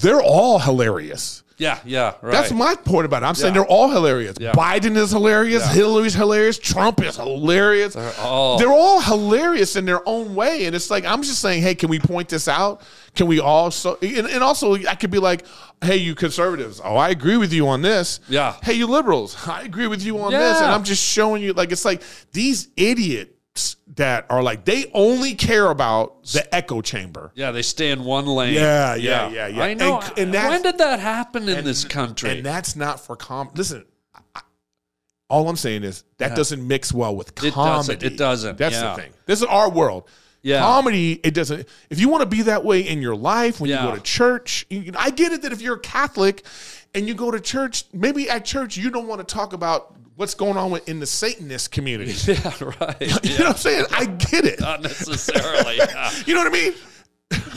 they're all hilarious. yeah. Yeah. Right. That's my point about it. I'm saying Yeah. they're all hilarious. Yeah. Biden is hilarious. Hillary's hilarious. Trump is hilarious. They're all- hilarious in their own way. And it's like, I'm just saying, hey, can we point this out? Can we all so and, and also I could be like, hey, you conservatives, oh, I agree with you on this. Yeah. Hey, you liberals, (laughs) I agree with you on this. And Yeah. I'm just showing you like it's like these idiots that are like they only care about the echo chamber. yeah. They stay in one lane. Yeah, yeah, yeah, yeah. I know. And- and that's- when did that happen in this country? And that's not for com. Listen, I, I- all I'm saying is that doesn't mix well with comedy. doesn't. It doesn't. That's Yeah. the thing. This is our world. Yeah. Comedy, it doesn't. If you want to be that way in your life, when Yeah. you go to church, you, you know, I get it that if you're a Catholic and you go to church, maybe at church you don't want to talk about what's going on with, in the Satanist community. (laughs) (laughs) yeah. Right. You know what I'm saying? I get it. Not necessarily. yeah. You know what I mean?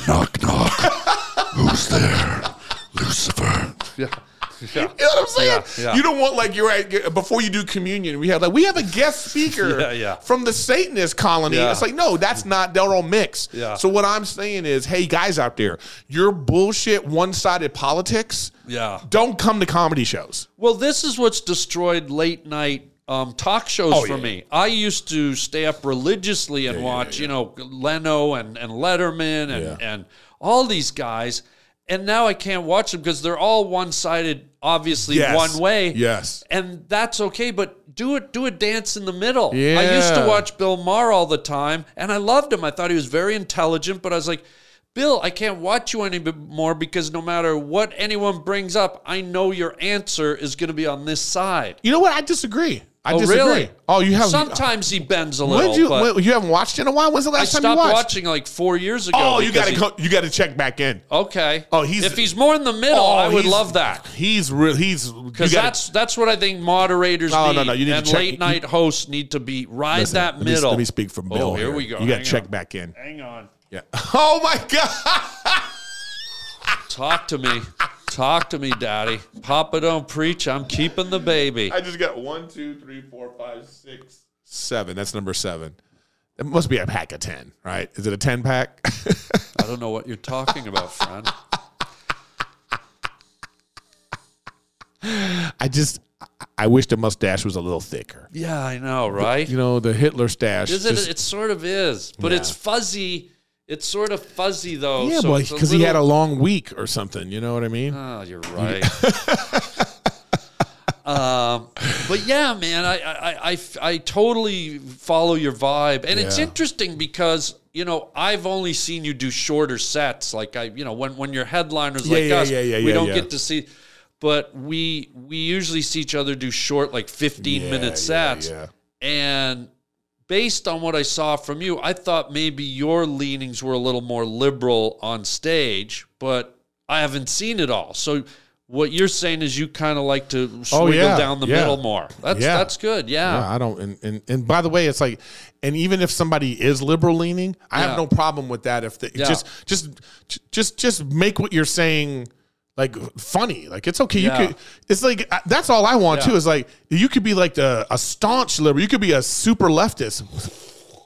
Knock, knock. Who's there? Lucifer. (laughs) You know what I'm saying? Yeah, yeah. You don't want like you're at before you do communion. We have like we have a (laughs) guest speaker Yeah, yeah. from the Satanist colony. Yeah. It's like no, that's not. They're all mixed. Yeah. So what I'm saying is, hey guys out there, your bullshit one sided politics. Yeah. Don't come to comedy shows. Well, this is what's destroyed late night um, talk shows Oh, for yeah. me. I used to stay up religiously and watch, you know, Leno and, and Letterman and, and all these guys. And now I can't watch them because they're all one sided, obviously Yes. one way. Yes. And that's okay, but do it do a dance in the middle. I used to Yeah. watch Bill Maher all the time and I loved him. I thought he was very intelligent, but I was like, Bill, I can't watch you anymore because no matter what anyone brings up, I know your answer is going to be on this side. You know what? I disagree. I oh, disagree. really? Oh, you have Sometimes he bends a When little. did you but when- you haven't watched in a while? When's the I last time you stopped watched? watching like four years ago. oh, you because gotta he- go, you gotta check back in. Okay. Oh, he's- if he's more in the middle, Oh, I would he's- love that. He's real. He's Because that's that's what I think moderators No, need, no, no, you need to and check- late night hosts need to be ride Listen, that let me- middle. Let me speak from Bill. Oh, here we go. You got Hang to check on. back in. Hang on. Yeah. (laughs) Oh my God. Talk to me. Talk to me, Daddy. Papa don't preach. I'm keeping the baby. I just got one, two, three, four, five, six, seven. That's number seven. It must be a pack of ten, right? Is it a ten pack? (laughs) I don't know what you're talking about, friend. I just, I- I wish the mustache was a little thicker. Yeah, I know, right? You know, the Hitler stash. Is it? just- It sort of is, but it's fuzzy. It's sort of fuzzy though. yeah, so boy, it's because he had a little- long week or something. You know what I mean? Oh, you're right. (laughs) um, but yeah, man, I, I, I- I f- I totally follow your vibe, and it's Yeah. interesting because you know I've only seen you do shorter sets. Like I, you know, when when your headliners Yeah, like yeah, us, yeah, yeah, we yeah, don't yeah. get to see. But we we usually see each other do short, like fifteen Yeah, yeah, minute sets, yeah. and based on what I saw from you, I thought maybe your leanings were a little more liberal on stage, but I haven't seen it all. So what you're saying is you kind of like to swiggle Oh, yeah, down the yeah. middle more. That's Yeah. that's good. Yeah, Yeah. I don't. And, and and by the way, it's like, and even if somebody is liberal leaning, I Yeah. have no problem with that. If they, Yeah. just just just just make what you're saying like funny, like it's okay. Yeah. You could. It's like uh, that's all I want Yeah. too. Is like you could be like a, a staunch liberal. You could be a super leftist.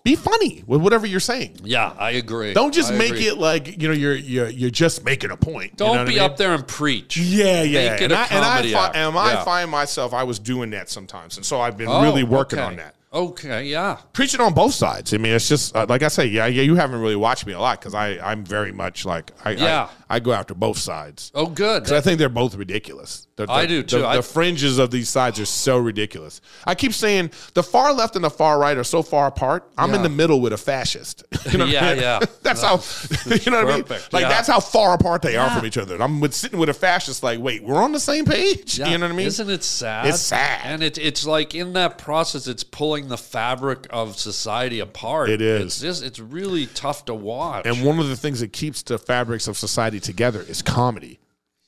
Be funny with whatever you're saying. Yeah, I agree. Don't just I make agree. it like you know you're you're you're just making a point. Don't you know be what I mean? up there and preach. Yeah, yeah. Make it And a I, and I, comedy fi- act. and I Yeah. find myself I was doing that sometimes, and so I've been Oh, really working okay. on that Okay, yeah. preaching on both sides. I mean, it's just uh, like I say, yeah, yeah. You haven't really watched me a lot because I I'm very much like I, Yeah. I I go after both sides. Oh good. 'Cause I think they're both ridiculous. The- the- I do, too. The, I- the fringes of these sides are so ridiculous. I keep saying the far left and the far right are so far apart. I'm in Yeah. the middle with a fascist. (laughs) You know what I Yeah, mean? yeah. that's how (laughs) you know what I mean. Perfect, Like yeah. that's how far apart they are from each other. I'm with, sitting with a fascist. Like, wait, we're on the same page. (laughs) Yeah. You know what I mean? Isn't it sad? It's sad. And it, it's like in that process, it's pulling the fabric of society apart. It is. It's, just, it's really tough to watch. and one of the things that keeps the fabrics of society together is comedy.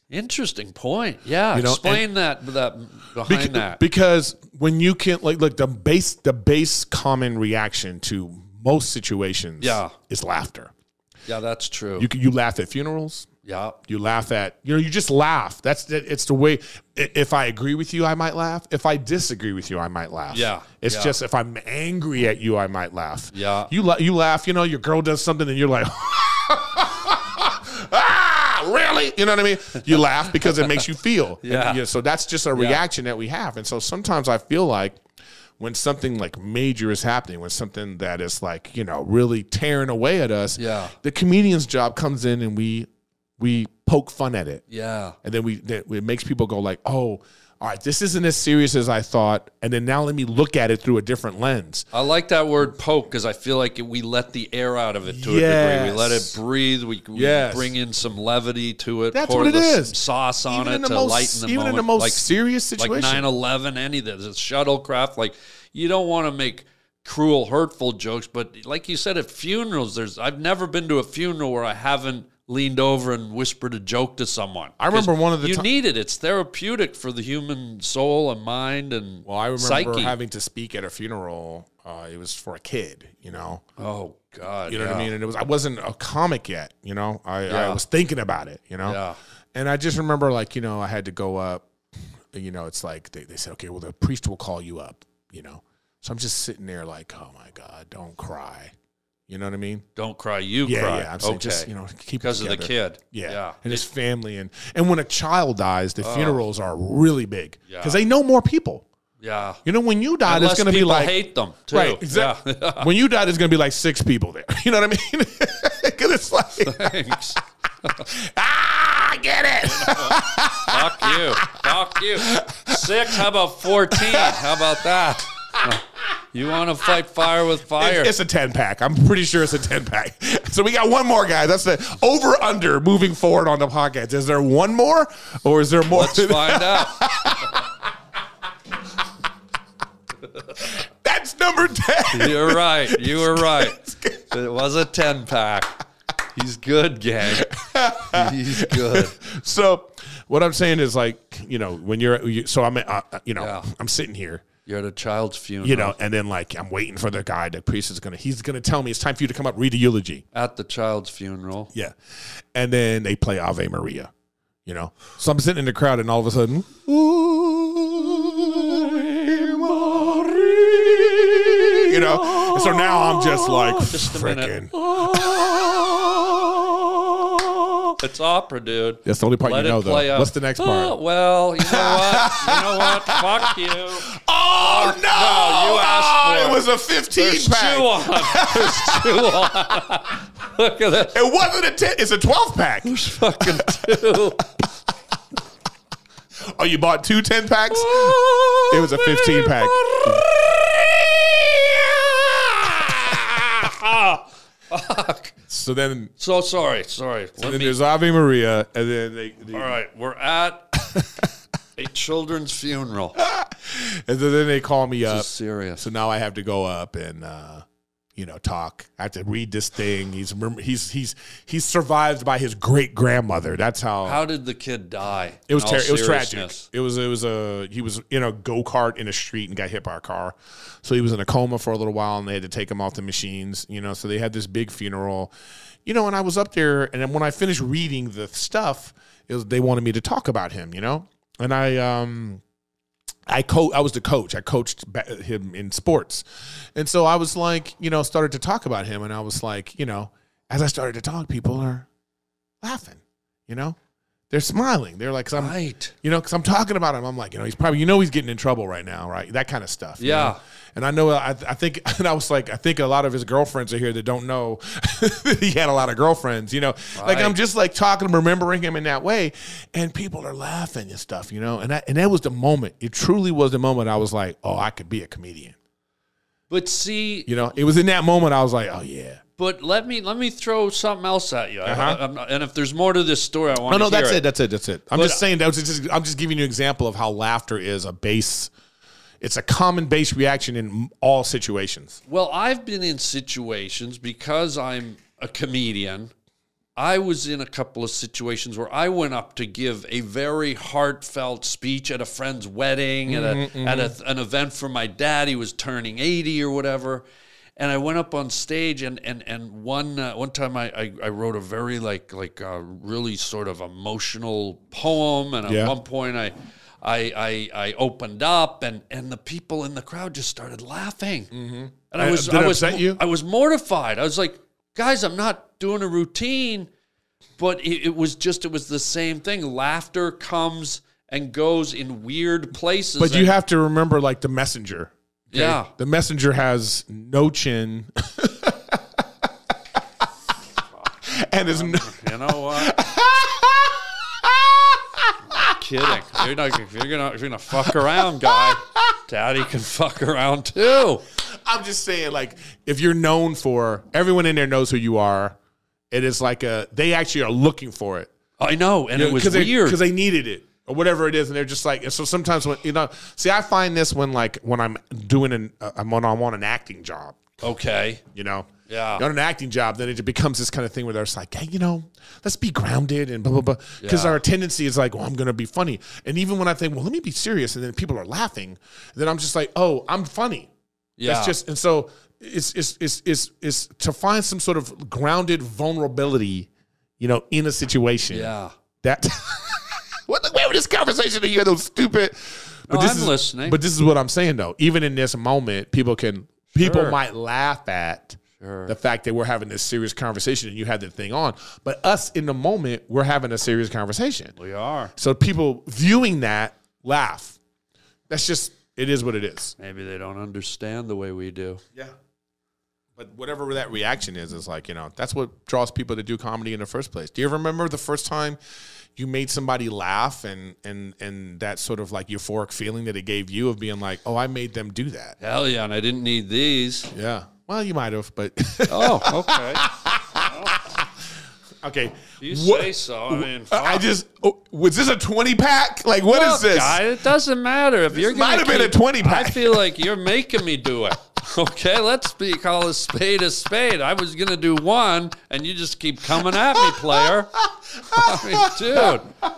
Interesting point. Yeah. You know, Explain that, that behind Bec- that. Because when you can like look the base the base common reaction to most situations Yeah. is laughter. yeah, that's true. You can, you laugh at funerals. yeah. You laugh at you know you just laugh. That's it, it's the way. i- If I agree with you, I might laugh. If I disagree with you, I might laugh. Yeah, It's yeah. just if I'm angry at you, I might laugh. Yeah. You la- you laugh. You know your girl does something and you're like. (laughs) Ah, really? You know what I mean? You laugh because it makes you feel. And, Yeah. So that's just a reaction that we have. And so sometimes I feel like when something like major is happening, when something that is like, you know, really tearing away at us, Yeah. the comedian's job comes in and we we poke fun at it. Yeah. And then we that it makes people go like, "Oh, all right, this isn't as serious as I thought." And then now let me look at it through a different lens. I like that word poke because I feel like we let the air out of it to a degree. We let it Yes. breathe. We, we Yes. bring in some levity to it. That's pour what it the s- is. Sauce on Even it in the to most- lighten the even in moment. the most like, serious Like situation. 9 11, any of this, it's shuttlecraft. Like, you don't want to make cruel, hurtful jokes. But like you said, at funerals, there's I've never been to a funeral where I haven't leaned over and whispered a joke to someone. I remember 'Cause one of the You ti- need it. It's therapeutic for the human soul and mind and Well, I remember psyche. having to speak at a funeral. Uh, it was for a kid, you know. oh, God. You know what yeah. I mean? And it was I wasn't a comic yet, you know. I, Yeah. I was thinking about it, you know. Yeah. And I just remember like, you know, I had to go up, you know, it's like they, they said, Okay, well the priest will call you up, you know. So I'm just sitting there like, Oh my God, don't cry. You know what I mean? Don't cry, you Yeah, cry. yeah. I'm saying just, Okay. you know, keep it because of the together. kid. Yeah. yeah. Oh. And his family and and when a child dies, the funerals are really big. Because they know more people. Yeah. You know, when you die, Unless it's gonna be people like hate them too. Right. Exactly. when you die, there's going to be like six people there. (laughs) You know what I mean? Because it's like, (laughs) Yeah. (laughs) Thanks. ah, I get it. Fuck you. Fuck you. Six. How about 14? How about that? (laughs) You want to fight fire with fire? It's, it's a 10 pack. (laughs) I'm pretty sure it's a 10 pack. So we got one more, guys. That's the over under moving forward on the podcast. Is there one more or is there more? (laughs) Let's find out. That's number 10. You're right. You were right. It was a 10 pack. He's good, gang. He's good. So what I'm saying is like, you know, when you're, you, so I'm, uh, you know, Yeah. Uh-huh. I'm sitting here. You're at a child's funeral. You know, and then like I'm waiting for the guy. The priest is gonna. He's gonna tell me it's time for you to come up, read a eulogy. At the child's funeral. Yeah. And then they play Ave Maria, you know? So I'm sitting in the crowd and all of a sudden, Ave Maria. you know? And so now I'm just like, Just a minute. freaking. It's opera, dude. That's the only part you know, though. play out. What's the next Oh, part? well, you know what? You know (laughs) what? Fuck you. Oh, no! you asked for Oh, it. it was a 15 There's pack. two (laughs) on. There's two on. (laughs) Look at this. It wasn't a 10, it's a 12 pack. Fucking two. (laughs) Oh, you bought two 10 packs? Oh, It was a 15 pack. Fuck. So then, So sorry. Sorry. Let then me- there's Ave Maria, and then they, they All right. We're at a children's (laughs) funeral. And so then they call me This up. is serious. Uh, So now I have to go up and uh, you know talk. I have to read this thing. He's rem- he's he's he's survived by his great grandmother. That's how, How did the kid die? it was. In all Ter- it was tragic. seriousness? It was it was a he was in a go kart in a street and got hit by a car. So he was in a coma for a little while, and they had to take him off the machines. You know, so they had this big funeral. You know, and I was up there, and then when I finished reading the stuff, it was, they wanted me to talk about him. You know, and I um. I co- I was the coach. I coached ba- him in sports, and so I was like, you know, started to talk about him, and I was like, you know, as I started to talk, people are laughing. You know, they're smiling. They're like, 'cause I'm, Right. you know, because I'm talking about him. I'm like, you know, he's probably, you know, he's getting in trouble right now, right? That kind of stuff. you Yeah. know? And I know, I, I think, (laughs) and I was like, I think a lot of his girlfriends are here that don't know (laughs) that he had a lot of girlfriends, you know? Like, I'm Right. just like talking, remembering him in that way. And people are laughing and stuff, you know? And, I, and that was the moment. It truly was the moment I was like, oh, I could be a comedian. But see, You know, it was in that moment I was like, oh, yeah. but let me let me throw something else at you. I- Uh-huh. I- I'm not- and if there's more to this story, I want to No, no, hear that's it. it. That's it. That's it. I'm But- just saying that was just I'm just giving you an example of how laughter is a base. It's a common base reaction in all situations. Well, I've been in situations because I'm a comedian. I was in a couple of situations where I went up to give a very heartfelt speech at a friend's wedding, at, a, at a, an event for my dad. He was turning 80 or whatever. And I went up on stage, and and and one uh, one time I, I, I wrote a very like like uh, really sort of emotional poem, and at Yeah. one point I, I I I opened up, and and the people in the crowd just started laughing. And I Uh, was, did I it was, upset you? I was mortified. I was like, guys, I'm not doing a routine, but it, it was just, it was the same thing. Laughter comes and goes in weird places. But you and- have to remember, like the messenger. yeah, The messenger has no chin, (laughs) and is no, (laughs) you know what? I'm kidding. You're not, if you're gonna, if you're gonna fuck around, guy. Daddy can fuck around too. I'm just saying, like if you're known for everyone in there knows who you are. It is like a they actually are looking for it. I know, and it was because weird. because they needed it or whatever it is, and they're just like. So sometimes when you know, see, I find this when like when I'm doing an uh, I'm on I'm on an acting job, okay, you know. Yeah. You're on an acting job, then it just becomes this kind of thing where they're just like, hey, you know, let's be grounded and blah, blah, blah. Because Yeah. our tendency is like, well, I'm going to be funny. And even when I think, well, let me be serious, and then people are laughing, then I'm just like, oh, I'm funny. yeah, It's just and so it's it's it's it's it's to find some sort of grounded vulnerability, you know, in a situation. Yeah. That (laughs) what the where was this conversation that you had those stupid but No, this Oh, I'm is, listening. But this is what I'm saying though. Even in this moment, people can people Sure. might laugh at the fact that we're having this serious conversation and you had the thing on. But us in the moment, we're having a serious conversation. we are. So people viewing that laugh. That's just it is what it is. Maybe they don't understand the way we do. Yeah. But whatever that reaction is, is like, you know, that's what draws people to do comedy in the first place. Do you ever remember the first time you made somebody laugh and and and that sort of like euphoric feeling that it gave you of being like, Oh, I made them do that. Hell yeah, and I didn't need these. Yeah. Well, you might have, but Oh, okay. (laughs) Okay. You What- say so. I mean, (laughs) I just oh, was this a twenty pack? Like what is Look, this? guy, it doesn't matter if you're gonna might have been a keep- 20 pack. I feel like you're making me do it. (laughs) Okay, let's be call a spade a spade. I was gonna do one, and you just keep coming at me, player. (laughs) I mean, dude,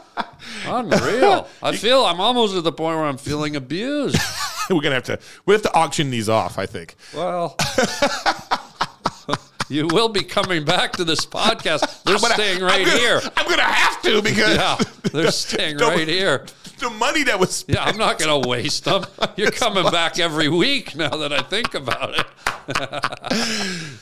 unreal. I feel I'm almost at the point where I'm feeling abused. (laughs) We're gonna have to we have to auction these off. I think. Well. (laughs) You will be coming back to this podcast. They're But I- staying I'm right gonna- (laughs) here. I'm gonna have to because Yeah, (laughs) they're staying Don't- right here. the money that was Yeah, I'm not going to waste them. You're coming back every week now that I think about (laughs) it.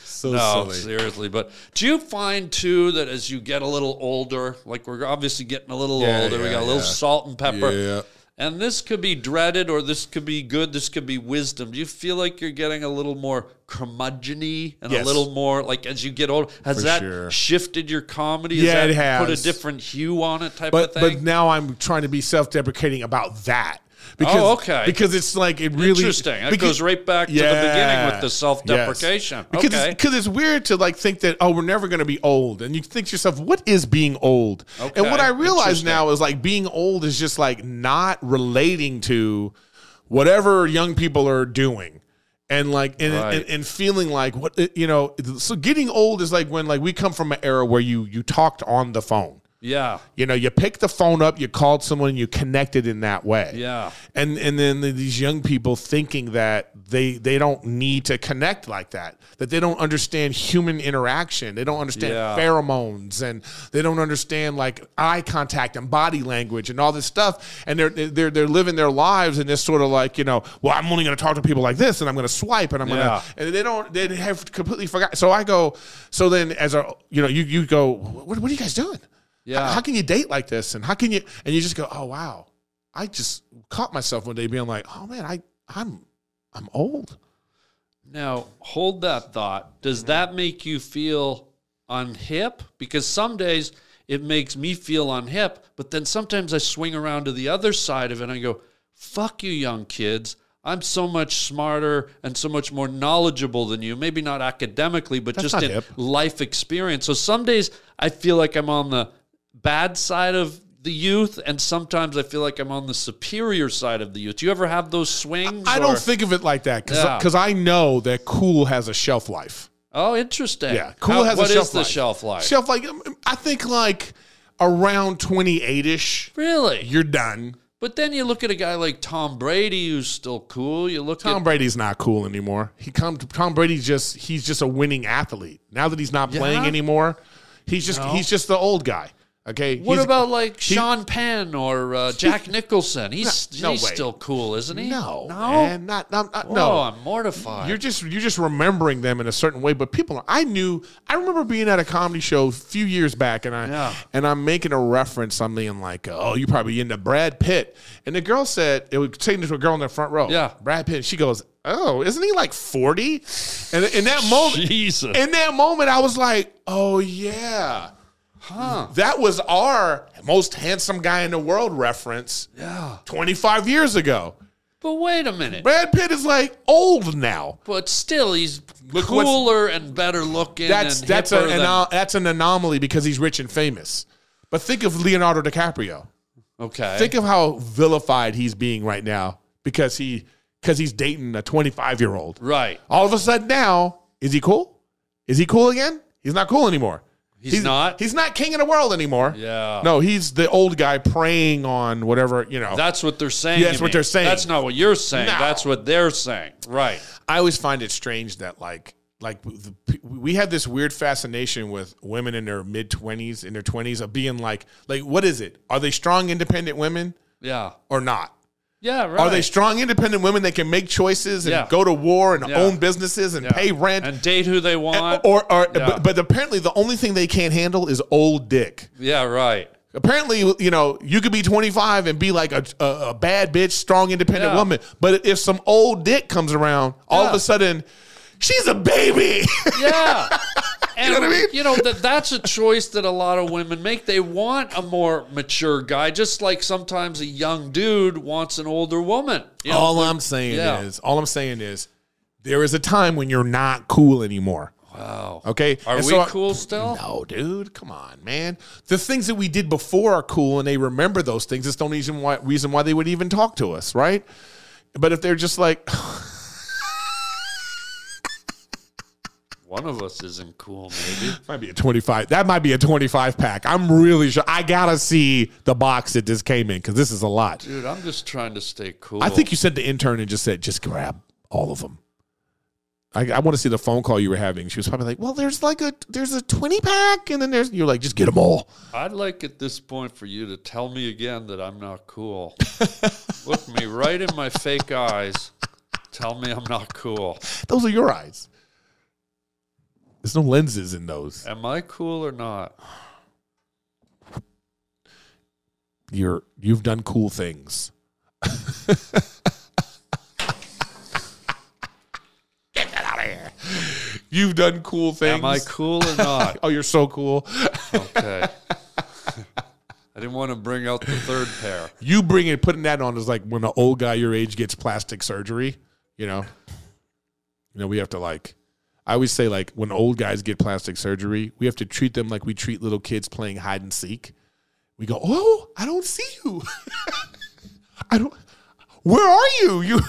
(laughs) so No, seriously. But do you find too that as you get a little older, like we're obviously getting a little Yeah, older, we yeah, got a little yeah. salt and pepper. Yeah. And this could be dreaded, or this could be good. This could be wisdom. Do you feel like you're getting a little more curmudgeony and a Yes. little more like as you get older? Has For that sure. shifted your comedy? Has Yeah, that it Put a has. different hue on it, type But of thing. but now I'm trying to be self deprecating about that. Because, Oh, okay. Because it's like it really Interesting. That because- goes right back to the beginning with the self-deprecation. Yes. Because Okay. it's, 'cause it's weird to like think that oh we're never going to be old, and you think to yourself what is being old? And what Okay. I realize Interesting. now is like being old is just like not relating to whatever young people are doing. And like and, Right. and, and feeling like what you know, so getting old is like when like we come from an era where you you talked on the phone. yeah. You know, you picked the phone up, you called someone, and you connected in that way. Yeah. And and then these young people thinking that they they don't need to connect like that, that they don't understand human interaction, they don't understand Yeah. pheromones, and they don't understand like eye contact and body language and all this stuff. And they're they're they're living their lives in this sort of like you know, well, I'm only going to talk to people like this, and I'm going to swipe, and I'm Yeah. going to and they don't they have completely forgot. So I go, so then as a you know you you go, what, what are you guys doing? Yeah. How, how can you date like this? And how can you? And you just go, oh wow, I just caught myself one day being like, oh man, I I'm I'm old. Now, hold that thought. Mm-hmm. Does that make you feel unhip? Because some days it makes me feel unhip, but then sometimes I swing around to the other side of it and I go, fuck you, young kids. I'm so much smarter and so much more knowledgeable than you. Maybe not academically, but just not in hip. life experience. So some days I feel like I'm on the bad side of the youth, and sometimes I feel like I'm on the superior side of the youth. Do you ever have those swings? I or- don't think of it like that Yeah. because I know that cool has a shelf life. Oh, interesting. Yeah, cool How- has what a is shelf the life. shelf life? Shelf life. um, I think like around twenty eight ish, really? you're done. but then you look at a guy like Tom Brady, who's still cool. You look Tom at Brady's not cool anymore. He come Tom Brady just he's just a winning athlete. Now that he's not playing anymore, he's just he's just the old guy. Okay. what He's- about like he- Sean Penn or uh, Jack Nicholson? He's no he's way. still cool, isn't he? No, no, man, not, not, not- no. Oh, I'm mortified. You're just you're just remembering them in a certain way. But people, I knew. I remember being at a comedy show a few years back, and I Yeah. and I'm making a reference. I'm being like, "Oh, you probably into Brad Pitt." And the girl said it was taken to a girl in the front row. Yeah. Brad Pitt. She goes, "Oh, isn't he like 40?" And in that moment, (laughs) Jesus. in that moment, I was like, "Oh yeah." Huh. That was our most handsome guy in the world reference yeah. 25 years ago. But wait a minute. Brad Pitt is like old now. But still, he's Look what's- cooler and better looking. That's and that's hipper an than- ano- that's an anomaly because he's rich and famous. But think of Leonardo DiCaprio. okay. Think of how vilified he's being right now because he because he's dating a 25 year old. right. All of a sudden now, is he cool? Is he cool again? He's not cool anymore. He's not? He's not king of the world anymore. Yeah. Oh. No, he's the old guy preying on whatever you know. That's what they're saying. That's you what mean. they're saying. That's not what you're saying. No. That's what they're saying. Right. I always find it strange that like like the, we have this weird fascination with women in their mid twenties, in their twenties, of being like like what is it? Are they strong, independent women Yeah. or not? Yeah. Right. Are they strong, independent women that can make choices and Yeah. go to war and Yeah. own businesses and Yeah. pay rent? and date who they want. or or Yeah. but, but apparently the only thing they can't handle is old dick. yeah, (laughs) right. Apparently, you know, you could be 25 and be like a, a, a bad bitch, strong, independent Yeah. woman. But if some old dick comes around, all of Yeah. a sudden, she's (laughs) a baby. (laughs) Yeah. And, know what I mean? You know, that that's a choice that a lot of women make. They want a more mature guy, just like sometimes a young dude wants an older woman. Oh. You know, all I'm saying Yeah. is, all I'm saying is, there is a time when you're not cool anymore. Wow. Okay. Are And we so I- cool still? No, dude. Come on, man. The things that we did before are cool, and they remember those things. It's the only reason why reason why they would even talk to us, right? But if they're just like, One of us isn't cool, maybe. might be a twenty five. That might be a twenty five pack. I'm really sure. I gotta see the box that this came in because this is a lot. Dude, I'm just trying to stay cool. I think you said the intern and just said, just grab all of them. I, I want to see the phone call you were having. She was probably like, "Well, there's like a there's a twenty pack, and then there's you're like, just get them all." I'd like at this point for you to tell me again that I'm not (laughs) cool. Look me right in my fake eyes. Tell me I'm not cool. Those are your eyes. There's no lenses in those. Am I cool or not? You're you've done cool things. (laughs) Get that out of here. You've done cool things. Am I cool or not? Oh, you're so cool. Okay. (laughs) I didn't want to bring out the third pair. You bring it, putting that on is like when an old guy your age gets plastic surgery. You know, you know we have to like. I always say like when old guys get plastic surgery, we have to treat them like we treat little kids playing hide and seek. We go, oh, I don't see you. (laughs) I don't. Where are you? (laughs) You.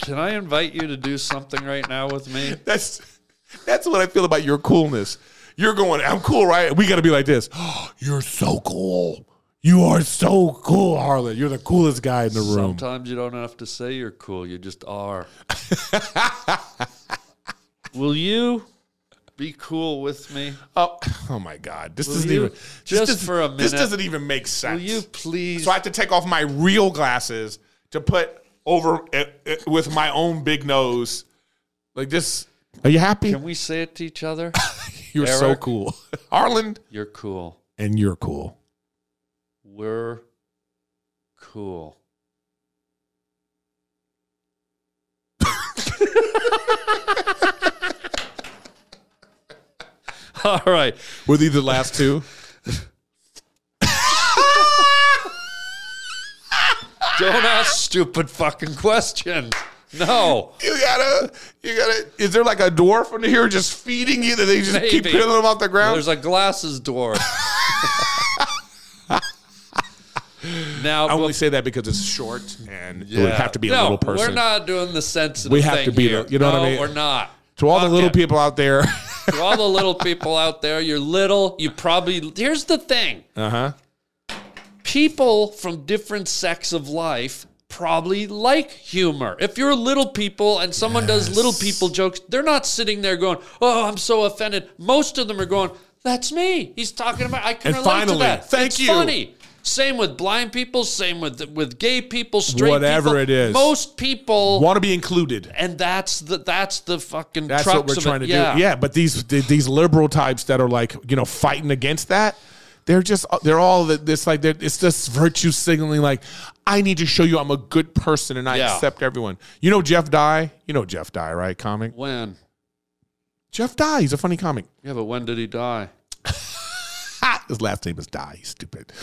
Can I invite you to do something right now with me? That's that's what I feel about your coolness. You're going, I'm cool, right? We got to be like this. (gasps) you're so cool. You are so cool, Harlan. You're the coolest guy in the room. Sometimes you don't have to say you're cool, you just are. Will you be cool with me? Oh, (laughs) oh my God. This Will doesn't you- even this just doesn't- for a This minute, doesn't even make Will sense. you please? so I have to take off my real glasses to put over it, it, with my own big nose. Like this. Are you happy? Can we say it to each other? You're so Eric? (laughs) cool. Harlan. You're cool. And you're cool. We're cool. (laughs) All right. Were these the last two? Don't ask stupid fucking questions. No. (laughs) You gotta, you gotta. Is there like a dwarf under here just feeding you that they just keep Maybe. peeling them off the ground? There's a glasses door. (laughs) now, I only bef- say that because it's short and it yeah. would have to be no, a little person. We're not doing the sensitive. We have thing to be here. the- you know what I No, mean? We're not. to all the Fuck little it. people out there, (laughs) to all the little people out there, you're little. You probably here's the thing: uh huh. people from different sects of life probably like humor. If you're little people and someone does little people jokes, they're not sitting there going, "Oh, I'm so offended." Most of them are going, "That's me. He's talking about. I can And relate to finally, that. thank it's you. Funny." Same with blind people. Same with with gay people, straight Whatever people. it is. Most people. Want to be included? and that's the that's the fucking That's crux what we're of trying it. to do. Yeah, but these these liberal types that are like you know fighting against that, they're just they're all that this like they're, it's just virtue signaling. Like I need to show you I'm a good person and I Yeah. accept everyone. You know Jeff Dye. You know Jeff Dye, right? Comic. When? Jeff Dye. He's a funny comic. Yeah, but when did he die? Ah, his last name is Dye. He's stupid. (laughs)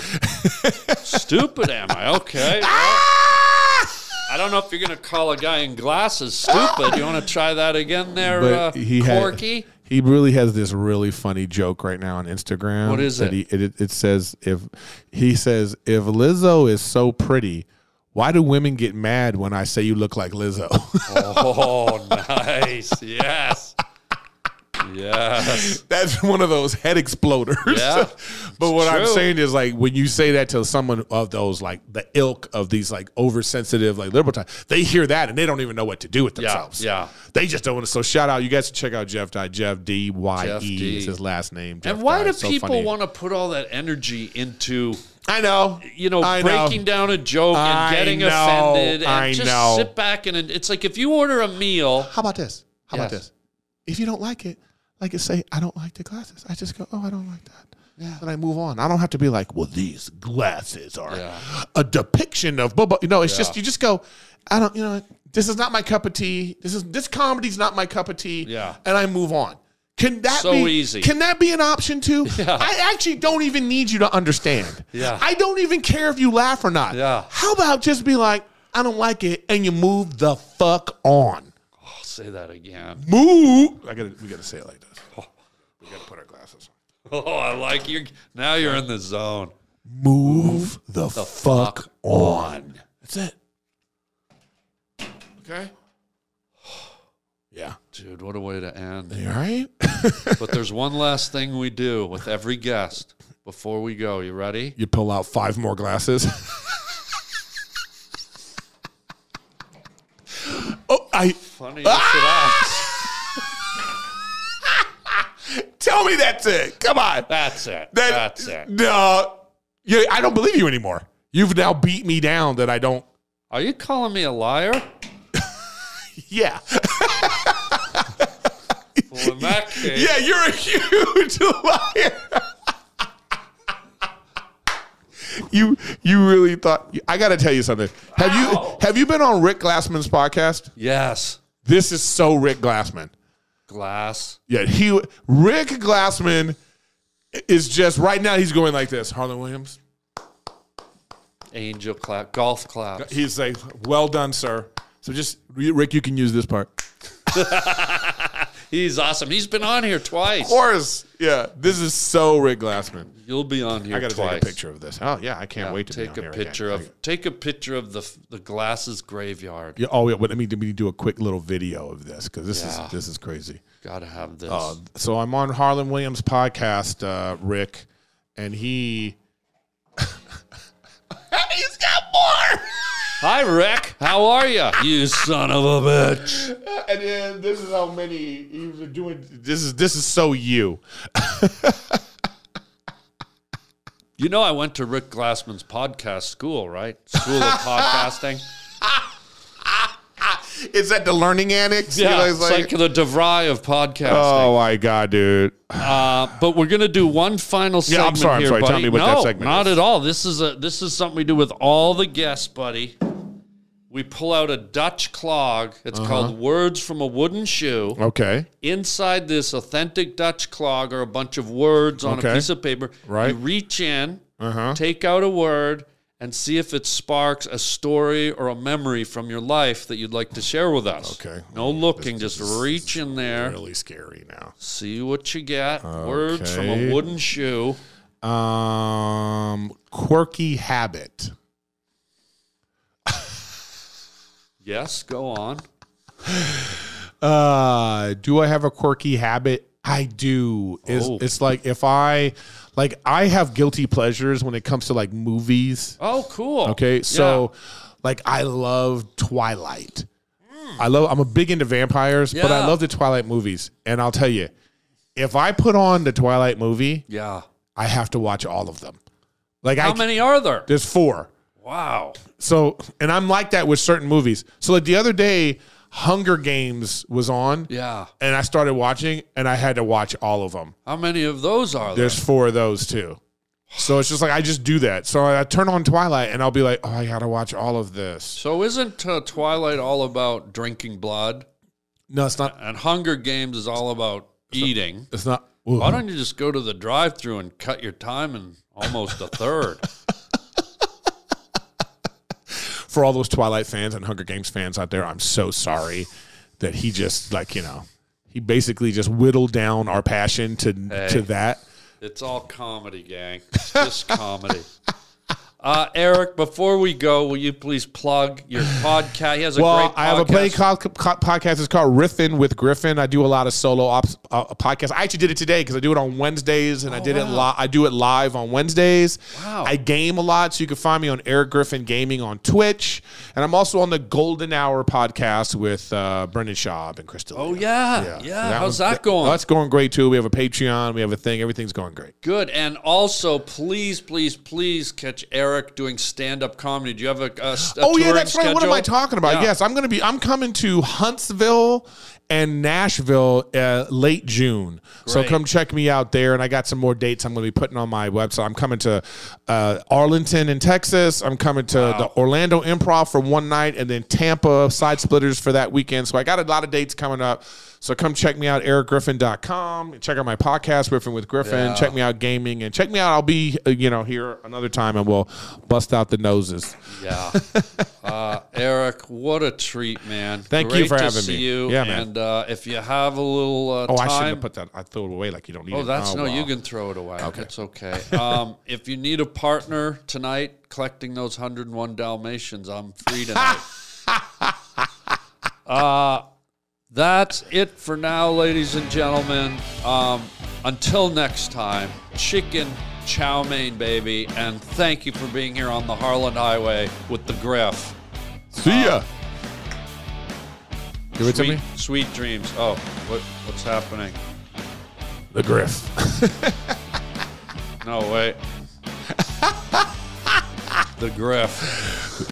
Stupid am I? Okay. well, I don't know if you're going to call a guy in glasses stupid. You want to try that again there, uh, But he had- Corky? He really has this really funny joke right now on Instagram. What is that it? He, it? It says if he says if Lizzo is so pretty, why do women get mad when I say you look like Lizzo? (laughs) Oh, nice. Yes. Yes. That's one of those head exploders. Yeah. (laughs) but what I'm true. saying is like when you say that to someone of those like the ilk of these like oversensitive like liberal type, they hear that and they don't even know what to do with themselves. yeah. They just don't want to. So shout out, you guys should check out Jeff Dye. Jeff D Y Jeff D. E is his last name. Jeff And why Dye do is so people funny. want to put all that energy into, I know. you know, I breaking down a joke and I getting know, offended and I just know. sit back and it's like if you order a meal, How about this? How about Yes. this? If you don't like it, like it say, I don't like the glasses. I just go, oh, I don't like that. Yeah. And I move on. I don't have to be like, well, these glasses are a depiction of blah blah. You know, it's just you just go, I don't. You know, this is not my cup of tea. This is this comedy's not my cup of tea. Yeah. And I move on. Can that So be easy. Can that be an option too? (laughs) Yeah. I actually don't even need you to understand. Yeah. I don't even care if you laugh or not. Yeah. How about just be like, I don't like it, and you move the fuck on. say that again. (laughs) Moo! I gotta, we gotta say it like this. We gotta put our glasses on. Oh, I like you. Now you're in the zone. Move the, fuck on. That's it. Okay. Yeah. Dude, what a way to end. You all right? But there's one last thing we do with every guest before we go. You ready? you pull out five more glasses. (laughs) oh, I Funny you should ask. tell me that's it. Come on. That's it. That- That's it. No, yeah, I don't believe you anymore. You've now beat me down that I don't. Are you calling me a liar? Yeah, (laughs) Well, in (laughs) that case, yeah, you're a huge (laughs) liar. you you really thought? I got to tell you something. Have Wow. you have you been on Rick Glassman's podcast? yes. This is so Rick Glassman. Glass. Yeah, he Rick Glassman is just right now. He's going like this, Harlan Williams. Angel clap, golf clap. He's like, "Well done, sir." So just Rick, you can use this part. He's awesome. He's been on here twice. course. Yeah, this is so Rick Glassman. You'll be on here I got to twice. take a picture of this. Oh yeah, I can't wait to be take on a here again. picture of take a picture of the f- the glasses graveyard. Yeah, oh yeah, but I mean, we need to do a quick little video of this because this is this is crazy. Gotta have this. Uh, so I'm on Harlan Williams' podcast, uh, Rick, and he he's got more. Hi, Rick. How are you? You son of a bitch. and then this is how many he was doing. This is this is so you. You know I went to Rick Glassman's podcast school, right? School (laughs) of podcasting. Is that the learning annex? You know, Yeah, it's it's like, the DeVry of podcasting. oh my god, dude. Uh, but we're gonna do one final segment Oh. Yeah, I'm sorry, I'm here, sorry. Tell buddy. me what no, that segment not is. at all. This is a this is something we do with all the guests, buddy. We pull out a Dutch clog. It's Uh-huh. called "Words from a Wooden Shoe." Okay. Inside this authentic Dutch clog are a bunch of words on a Okay. piece of paper. Right. Uh-huh. You reach in, take out a word, and see if it sparks a story or a memory from your life that you'd like to share with us. Okay. No looking, just reach in there. Really scary now. See what you get. Words from a Okay. wooden shoe. Um, quirky habit. Yes, go on. Uh, do I have a quirky habit? I do. It's, Oh. it's like if I, like I have guilty pleasures when it comes to like movies. Oh, cool. Okay, Yeah. so like I love Twilight. I love. I'm a big into vampires, but I Mm. Yeah. love the Twilight movies. And I'll tell you, if I put on the Twilight movie, yeah. I have to watch all of them. Like I, How c- many are there? there's four. Wow. So, and I'm like that with certain movies. So, like the other day, Hunger Games was on. Yeah. And I started watching, and I had to watch all of them. How many of those are there? There's four of those too. So it's just like I just do that. So I, I turn on Twilight, and I'll be like, oh, I gotta watch all of this. So isn't uh, Twilight all about drinking blood, No, it's not. and Hunger Games is all about eating? It's not. Why don't you just go to the drive-through and cut your time in almost a (laughs) third? For all those Twilight fans and Hunger Games fans out there, I'm so sorry that he just like you know he basically just whittled down our passion to to that. It's all comedy, gang. It's just comedy. Uh, Eric, before we go, will you please plug your podcast? He has a Well, great podcast. I have a play co- co- podcast. It's called Riffin with Griffin. I do a lot of solo ops, uh, podcasts. I actually did it today because I do it on Wednesdays, and I did it li- I do it live on Wednesdays. Oh, Wow. I game a lot, so you can find me on Eric Griffin Gaming on Twitch, and I'm also on the Golden Hour podcast with uh, Brendan Schaub and Crystal. Oh, yeah. Yeah. How's one's- Oh, that going? That's going great too. We have a Patreon. We have a thing. Everything's going great. Good. And also, please, please, please catch Eric doing stand-up comedy. Do you have a, a, s- a oh yeah, touring that's right. What am I schedule? talking about? Yeah. Yes, I'm going to be. I'm coming to Huntsville and Nashville uh, late June. So Great. come check me out there. And I got some more dates I'm going to be putting on my website. I'm coming to uh, Arlington in Texas. I'm coming to the Orlando Improv for one night, and then Tampa Side Splitters for that weekend. So I got a lot of dates coming up. So come check me out, ericgriffin.com. Check out my podcast, Griffin with Griffin. Check me out gaming and check me out. I'll be, uh, you know, here another time and we'll bust out the noses. (laughs) Yeah. Uh, Eric, what a treat, man. Thank Great you for to having see me. You. Yeah, man. And uh, if you have a little uh, Oh, time. I shouldn't have put that. I threw it away like you don't need it. Oh, that's no. well. You can throw it away. It's okay. Um, (laughs) if you need a partner tonight, collecting those hundred and one Dalmatians, I'm free (laughs) tonight. uh, that's it for now, ladies and gentlemen. Um, until next time, chicken chow mein, baby, and thank you for being here on the Harlan Highway with the Griff. See ya. Give it to Sweet, me. sweet dreams. Oh, what, what's happening? (laughs) The Griff. No, wait. the Griff.